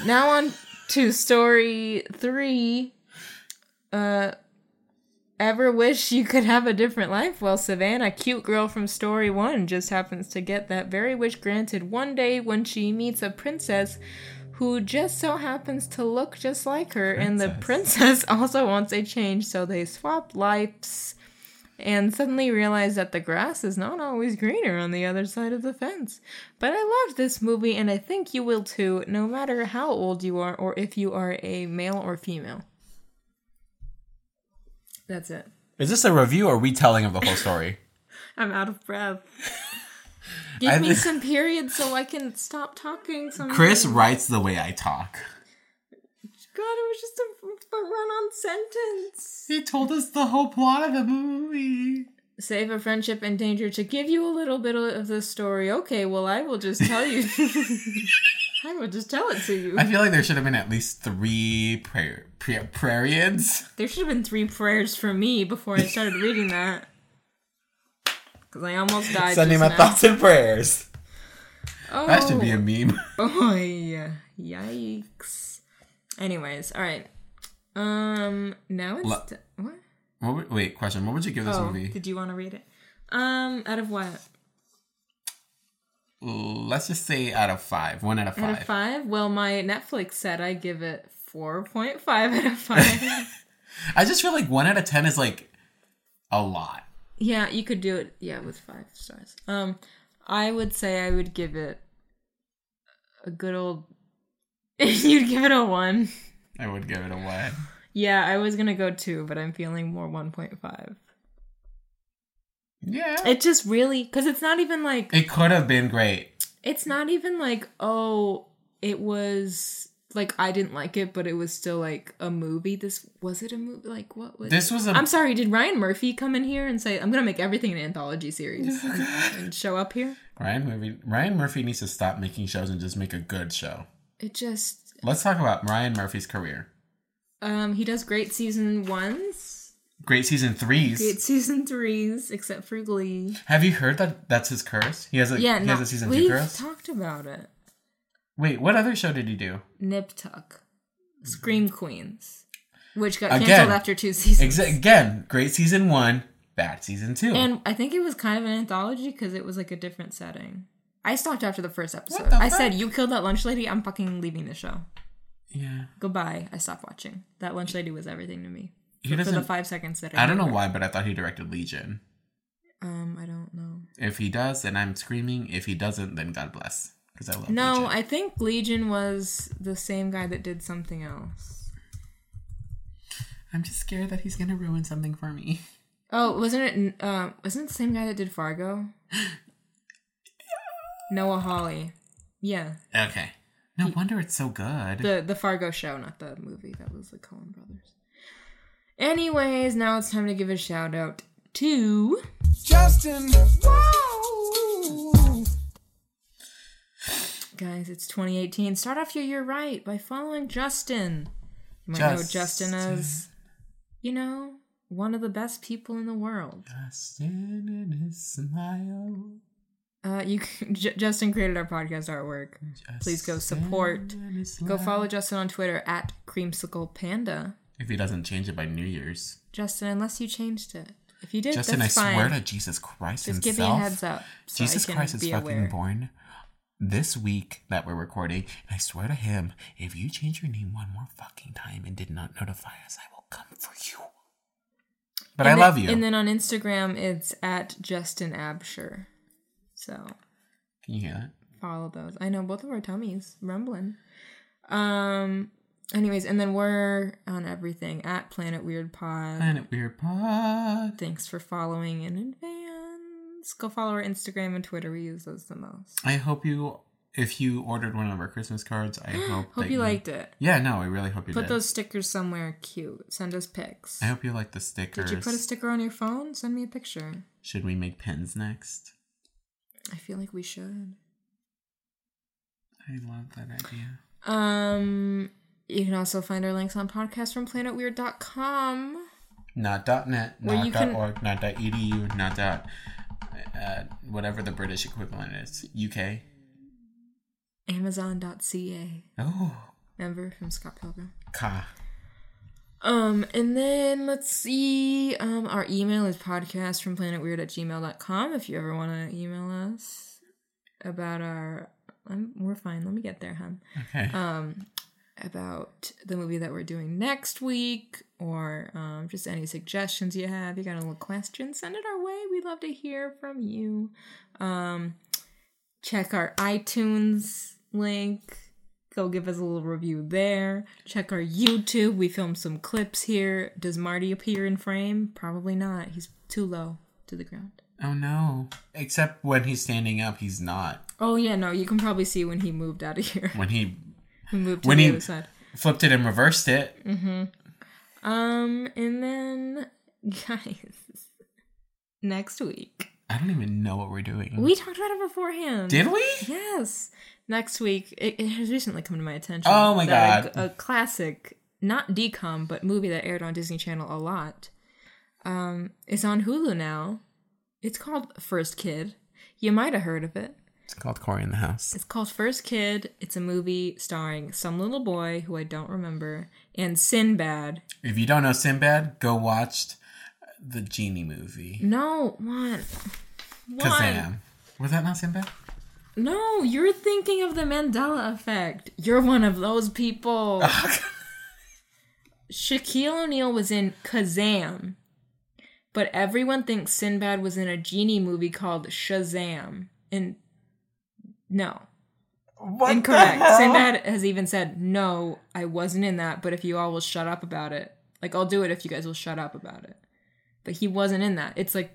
Speaker 2: now on to story three. Uh, ever wish you could have a different life? Well, Savannah, cute girl from story one, just happens to get that very wish granted one day when she meets a princess who just so happens to look just like her, and the princess also wants a change, so they swap lives and suddenly realize that the grass is not always greener on the other side of the fence. But I loved this movie, and I think you will too, no matter how old you are or if you are a male or female. That's it.
Speaker 1: Is this a review or retelling of the whole story?
Speaker 2: I'm out of breath. Give
Speaker 1: I-
Speaker 2: me some periods so I can stop talking. Sometimes.
Speaker 1: Chris writes the way I talk.
Speaker 2: God, it was just a, a run-on sentence.
Speaker 1: He told us the whole plot of the movie.
Speaker 2: Save a friendship in danger to give you a little bit of the story. Okay, well, I will just tell you. I will just tell it to you.
Speaker 1: I feel like there should have been at least three prayer pra- prayerians.
Speaker 2: There should have been three prayers for me before I started reading that. Because I almost died.
Speaker 1: Sending my
Speaker 2: just now.
Speaker 1: thoughts and prayers.
Speaker 2: Oh,
Speaker 1: That should be a meme.
Speaker 2: boy. Yikes. Anyways, all right. Um, now it's
Speaker 1: Lo-
Speaker 2: t- what?
Speaker 1: What would, wait, question. What would you give this
Speaker 2: oh,
Speaker 1: movie?
Speaker 2: did you want to read it? Um, out of what?
Speaker 1: Let's just say out of five. One out of
Speaker 2: Out
Speaker 1: five.
Speaker 2: of five? Well, my Netflix said I give it four point five out of five.
Speaker 1: I just feel like one out of ten is like a lot.
Speaker 2: yeah, you could do it. Yeah, with five stars. Um, I would say I would give it a good old. You'd give it a one.
Speaker 1: I would give it a one.
Speaker 2: Yeah, I was gonna go two, but I'm feeling more 1.5.
Speaker 1: Yeah.
Speaker 2: It just really because it's not even like
Speaker 1: It could have been great.
Speaker 2: it's not even like oh it was like I didn't like it, but it was still like a movie. This was it a movie? Like what was?
Speaker 1: This
Speaker 2: it?
Speaker 1: was a-
Speaker 2: I'm sorry. Did Ryan Murphy come in here and say I'm gonna make everything an anthology series and, and show up here?
Speaker 1: Ryan Murphy, Ryan Murphy needs to stop making shows and just make a good show.
Speaker 2: It just
Speaker 1: Let's talk about Ryan Murphy's career.
Speaker 2: Um, he does great season ones,
Speaker 1: Great season threes.
Speaker 2: great season threes, except for Glee.
Speaker 1: Have you heard that that's his curse? He has a
Speaker 2: yeah,
Speaker 1: he
Speaker 2: no,
Speaker 1: has a season two
Speaker 2: we've
Speaker 1: curse.
Speaker 2: talked about it.
Speaker 1: Wait, what other show did he do?
Speaker 2: Nip Tuck, Scream Queens, which got
Speaker 1: Mm-hmm. Again.
Speaker 2: canceled after two seasons.
Speaker 1: Exa- again, great season one, bad season two.
Speaker 2: And I think it was kind of an anthology because it was like a different setting. I stopped after the first episode.
Speaker 1: the
Speaker 2: I said,
Speaker 1: fuck?
Speaker 2: "You killed that lunch lady. I'm fucking leaving the show.
Speaker 1: yeah,
Speaker 2: Goodbye." I stopped watching. That lunch lady was everything to me.
Speaker 1: He
Speaker 2: For- for the
Speaker 1: doesn't-
Speaker 2: five seconds that I,
Speaker 1: I don't
Speaker 2: knew
Speaker 1: know
Speaker 2: her.
Speaker 1: why, but I thought he directed Legion.
Speaker 2: Um, I don't know.
Speaker 1: If he does, then I'm screaming. If he doesn't, then God bless, because I love.
Speaker 2: No,
Speaker 1: Legion.
Speaker 2: I think Legion was the same guy that did something else.
Speaker 1: I'm just scared that he's gonna ruin something for me.
Speaker 2: Oh, wasn't it? Um, wasn't it the same guy that did Fargo? Noah Hawley. Yeah,
Speaker 1: Okay. No wonder it's so good.
Speaker 2: the the Fargo show, not the movie. That was the Coen Brothers. Anyways, now it's time to give a shout out to
Speaker 3: Justin. Whoa.
Speaker 2: guys. It's 2018. Start off your year right by following Justin. You might know Justin as you know one of the best people in the world.
Speaker 1: Justin and his smile.
Speaker 2: Uh, you can, J- Justin created our podcast artwork. Please go support. Go follow Justin on Twitter at Creamsicle Panda.
Speaker 1: If he doesn't change it by New Year's,
Speaker 2: Justin, unless you changed it, if you did,
Speaker 1: Justin,
Speaker 2: that's
Speaker 1: I
Speaker 2: fine.
Speaker 1: swear to Jesus Christ
Speaker 2: Just give
Speaker 1: himself.
Speaker 2: me a heads up. so I
Speaker 1: Jesus
Speaker 2: can
Speaker 1: Christ is
Speaker 2: be
Speaker 1: fucking
Speaker 2: aware.
Speaker 1: born this week that we're recording. And I swear to him, if you change your name one more fucking time and did not notify us, I will come for you. But I
Speaker 2: And then-
Speaker 1: love you.
Speaker 2: And then on Instagram, it's at Justin Absher. So
Speaker 1: Can you hear that?
Speaker 2: follow those. I know both of our tummies rumbling. Um. Anyways, and then we're on everything at Planet Weird Pod.
Speaker 1: Planet Weird Pod.
Speaker 2: Thanks for following in advance. Go follow our Instagram and Twitter. We use those the most.
Speaker 1: I hope you, if you ordered one of our Christmas cards, I hope
Speaker 2: Hope
Speaker 1: that
Speaker 2: you liked it.
Speaker 1: Yeah, no, I really hope you
Speaker 2: Put
Speaker 1: did.
Speaker 2: those stickers somewhere cute. Send us pics.
Speaker 1: I hope you like the stickers.
Speaker 2: Did you put a sticker on your phone? Send me a picture.
Speaker 1: Should we make pins next?
Speaker 2: I feel like we should.
Speaker 1: I love that idea.
Speaker 2: Um, you can also find our links on podcast from planetweird.com.
Speaker 1: Not dot net,
Speaker 2: Well,
Speaker 1: not
Speaker 2: you
Speaker 1: dot
Speaker 2: can-
Speaker 1: org, not dot edu, not dot uh, whatever the British equivalent is. UK.
Speaker 2: Amazon.ca.
Speaker 1: Oh,
Speaker 2: Remember from Scott Pilgrim.
Speaker 1: ka.
Speaker 2: Um, and then let's see. Um, our email is podcast from planetweird at gmail.com if you ever want to email us about our. I'm, we're fine. Let me get there, hun.
Speaker 1: Okay.
Speaker 2: um, about the movie that we're doing next week or um, just any suggestions you have. You got a little question, send it our way. We'd love to hear from you. Um, check our iTunes link. Go give us a little review there. Check our YouTube. We filmed some clips here. Does Marty appear in frame? Probably not. He's too low to the ground.
Speaker 1: oh no. Except when he's standing up, he's not.
Speaker 2: Oh yeah, no, you can probably see when he moved out of here.
Speaker 1: When he
Speaker 2: he moved to
Speaker 1: When
Speaker 2: the
Speaker 1: he-
Speaker 2: other side.
Speaker 1: flipped it and reversed it.
Speaker 2: Um, and then, guys, next week.
Speaker 1: I don't even know what we're doing.
Speaker 2: We talked about it beforehand.
Speaker 1: Mm. Did we?
Speaker 2: Yes. Next week. It, it has recently come to my attention.
Speaker 1: Oh my
Speaker 2: that
Speaker 1: God.
Speaker 2: A, a classic, not decom, but movie that aired on Disney Channel a lot, um, is on Hulu now. It's called First Kid. You might have heard of it.
Speaker 1: It's called Corey in the House.
Speaker 2: It's called First Kid. It's a movie starring some little boy who I don't remember and Sinbad.
Speaker 1: If you don't know Sinbad, go watch the Genie movie.
Speaker 2: No, one. One.
Speaker 1: Kazam. Was that not Sinbad?
Speaker 2: No, you're thinking of the Mandela effect. You're one of those people. Shaquille O'Neal was in Kazam, but everyone thinks Sinbad was in a genie movie called Shazam. And no,
Speaker 1: What
Speaker 2: incorrect. Sinbad has even said, "No, I wasn't in that." But if you all will shut up about it, like I'll do it if you guys will shut up about it. But he wasn't in that. It's like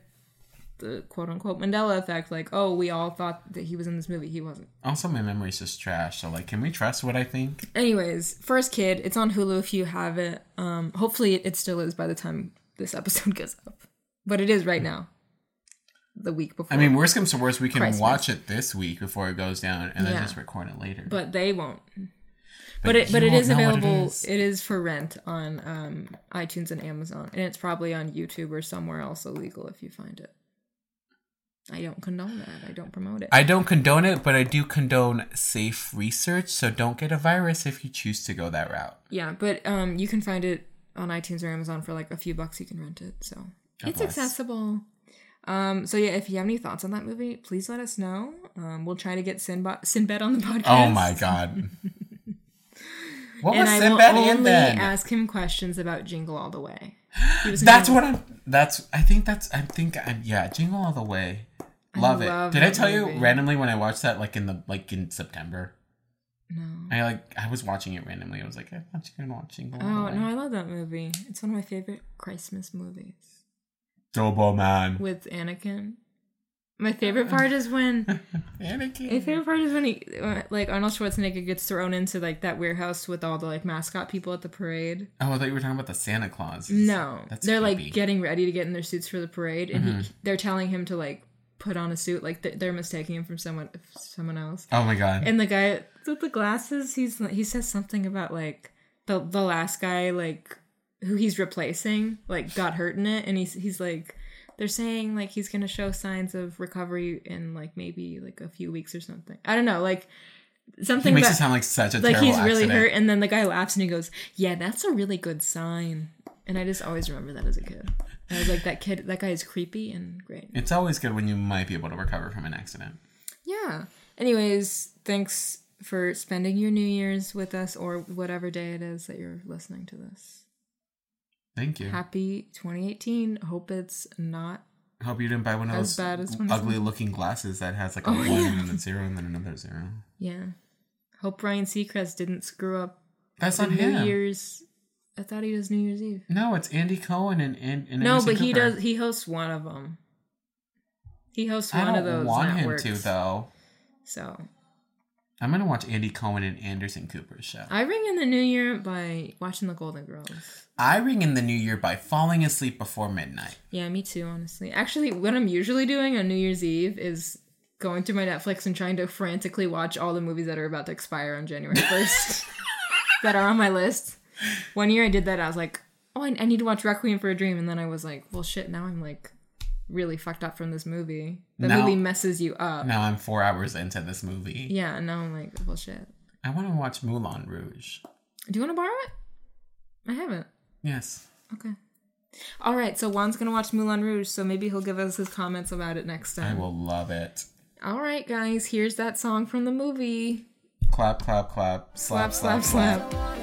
Speaker 2: the quote unquote Mandela effect. Like, oh, we all thought that he was in this movie. He wasn't.
Speaker 1: Also, my memory's just trash. So, like, can we trust what I think?
Speaker 2: Anyways, First Kid, it's on Hulu if you have it. Um, hopefully, it still is by the time this episode goes up. But it is right now, the week before.
Speaker 1: I mean, worst comes to worst, we can
Speaker 2: Christmas.
Speaker 1: watch it this week before it goes down, and
Speaker 2: Yeah.
Speaker 1: then just record it later.
Speaker 2: But they won't.
Speaker 1: But
Speaker 2: But it
Speaker 1: you
Speaker 2: but it
Speaker 1: won't
Speaker 2: is
Speaker 1: know what it
Speaker 2: available.
Speaker 1: is.
Speaker 2: it is for rent on um, iTunes and Amazon, and it's probably on YouTube or somewhere else illegal if you find it. I don't condone that. I don't promote it.
Speaker 1: I don't condone it, but I do condone safe research. So don't get a virus if you choose to go that route.
Speaker 2: Yeah, but um, you can find it on iTunes or Amazon for like a few bucks. You can rent it, so
Speaker 1: God
Speaker 2: it's
Speaker 1: bless.
Speaker 2: accessible. Um, so yeah, if you have any thoughts on that movie, please let us know. Um, we'll try to get Sinbad, Sinbad on the podcast.
Speaker 1: Oh my god. what
Speaker 2: and
Speaker 1: was
Speaker 2: I
Speaker 1: Sinbad
Speaker 2: will
Speaker 1: in
Speaker 2: only
Speaker 1: then?
Speaker 2: ask him questions about Jingle All the Way. He was
Speaker 1: That's
Speaker 2: gonna-
Speaker 1: what I'm. That's. I think that's. I think. I'm, yeah. Jingle all the way.
Speaker 2: I
Speaker 1: Love it.
Speaker 2: love
Speaker 1: Did I
Speaker 2: that
Speaker 1: tell
Speaker 2: movie.
Speaker 1: you randomly when I watched that? Like in the like in September.
Speaker 2: No.
Speaker 1: I like. I was watching it randomly. I was like, I'm not gonna watch Jingle all
Speaker 2: Oh
Speaker 1: the way.
Speaker 2: no, I love that movie. It's one of my favorite Christmas movies
Speaker 1: Double man.
Speaker 2: with Anakin. My favorite part is when
Speaker 1: Anakin.
Speaker 2: My favorite part is when he, uh, like Arnold Schwarzenegger, gets thrown into like that warehouse with all the like mascot people at the parade.
Speaker 1: Oh, I thought you were talking about the Santa Claus.
Speaker 2: No,
Speaker 1: That's
Speaker 2: they're
Speaker 1: creepy. Mm-hmm.
Speaker 2: like getting ready to get in their suits for the parade, and he, they're telling him to like put on a suit. Like th- they're mistaking him from someone someone else.
Speaker 1: Oh my god.
Speaker 2: And the guy with the glasses, he's he says something about like the the last guy like who he's replacing like got hurt in it, and he's he's like they're saying like he's gonna show signs of recovery in like maybe like a few weeks or something. I don't know, like
Speaker 1: he
Speaker 2: something
Speaker 1: makes
Speaker 2: that-
Speaker 1: it sound like such a
Speaker 2: like
Speaker 1: terrible
Speaker 2: he's really
Speaker 1: accident.
Speaker 2: hurt, and then the guy laughs and he goes, "Yeah, that's a really good sign." And I just always remember that as a kid. I was like, that kid, that guy is creepy and great.
Speaker 1: It's always good when you might be able to recover from an accident.
Speaker 2: Yeah. Anyways, thanks for spending your New Year's with us or whatever day it is that you're listening to this.
Speaker 1: Thank you.
Speaker 2: Happy 2018. Hope it's not.
Speaker 1: Hope you didn't buy one of
Speaker 2: As
Speaker 1: those
Speaker 2: bad as one of
Speaker 1: ugly
Speaker 2: them.
Speaker 1: looking glasses that has like a
Speaker 2: Oh,
Speaker 1: one
Speaker 2: yeah.
Speaker 1: and a zero and then another zero.
Speaker 2: Yeah. Hope Ryan Seacrest didn't screw up
Speaker 1: That's
Speaker 2: the
Speaker 1: not
Speaker 2: New
Speaker 1: him.
Speaker 2: Year's. I thought he does New Year's Eve.
Speaker 1: No, it's Andy Cohen and and, and
Speaker 2: no,
Speaker 1: Anderson
Speaker 2: but he
Speaker 1: Cooper.
Speaker 2: does. He hosts one of them. He hosts
Speaker 1: I
Speaker 2: one
Speaker 1: don't
Speaker 2: of those
Speaker 1: want
Speaker 2: networks.
Speaker 1: him to though.
Speaker 2: So
Speaker 1: I'm gonna watch Andy Cohen and Anderson Cooper's show.
Speaker 2: I ring in the new year by watching The Golden Girls.
Speaker 1: I ring in the new year by falling asleep before midnight.
Speaker 2: Yeah, me too, honestly. Actually, what I'm usually doing on New Year's Eve is going through my Netflix and trying to frantically watch all the movies that are about to expire on January 1st that are on my list. One year I did that, I was like, oh, I, I need to watch Requiem for a Dream. And then I was like, well, shit, now I'm like really fucked up from this movie. The
Speaker 1: Now-
Speaker 2: movie messes you up.
Speaker 1: Now I'm four hours into this movie.
Speaker 2: Yeah, and now I'm like, well, shit.
Speaker 1: I want to watch Moulin Rouge.
Speaker 2: Do you want to borrow it? I haven't.
Speaker 1: Yes.
Speaker 2: Okay. All right, so Juan's going to watch Moulin Rouge, so maybe he'll give us his comments about it next
Speaker 1: I
Speaker 2: time.
Speaker 1: will love it.
Speaker 2: All right, guys, here's that song from the movie.
Speaker 1: Clap, clap, clap.
Speaker 2: Slap, slap, slap.
Speaker 4: wanna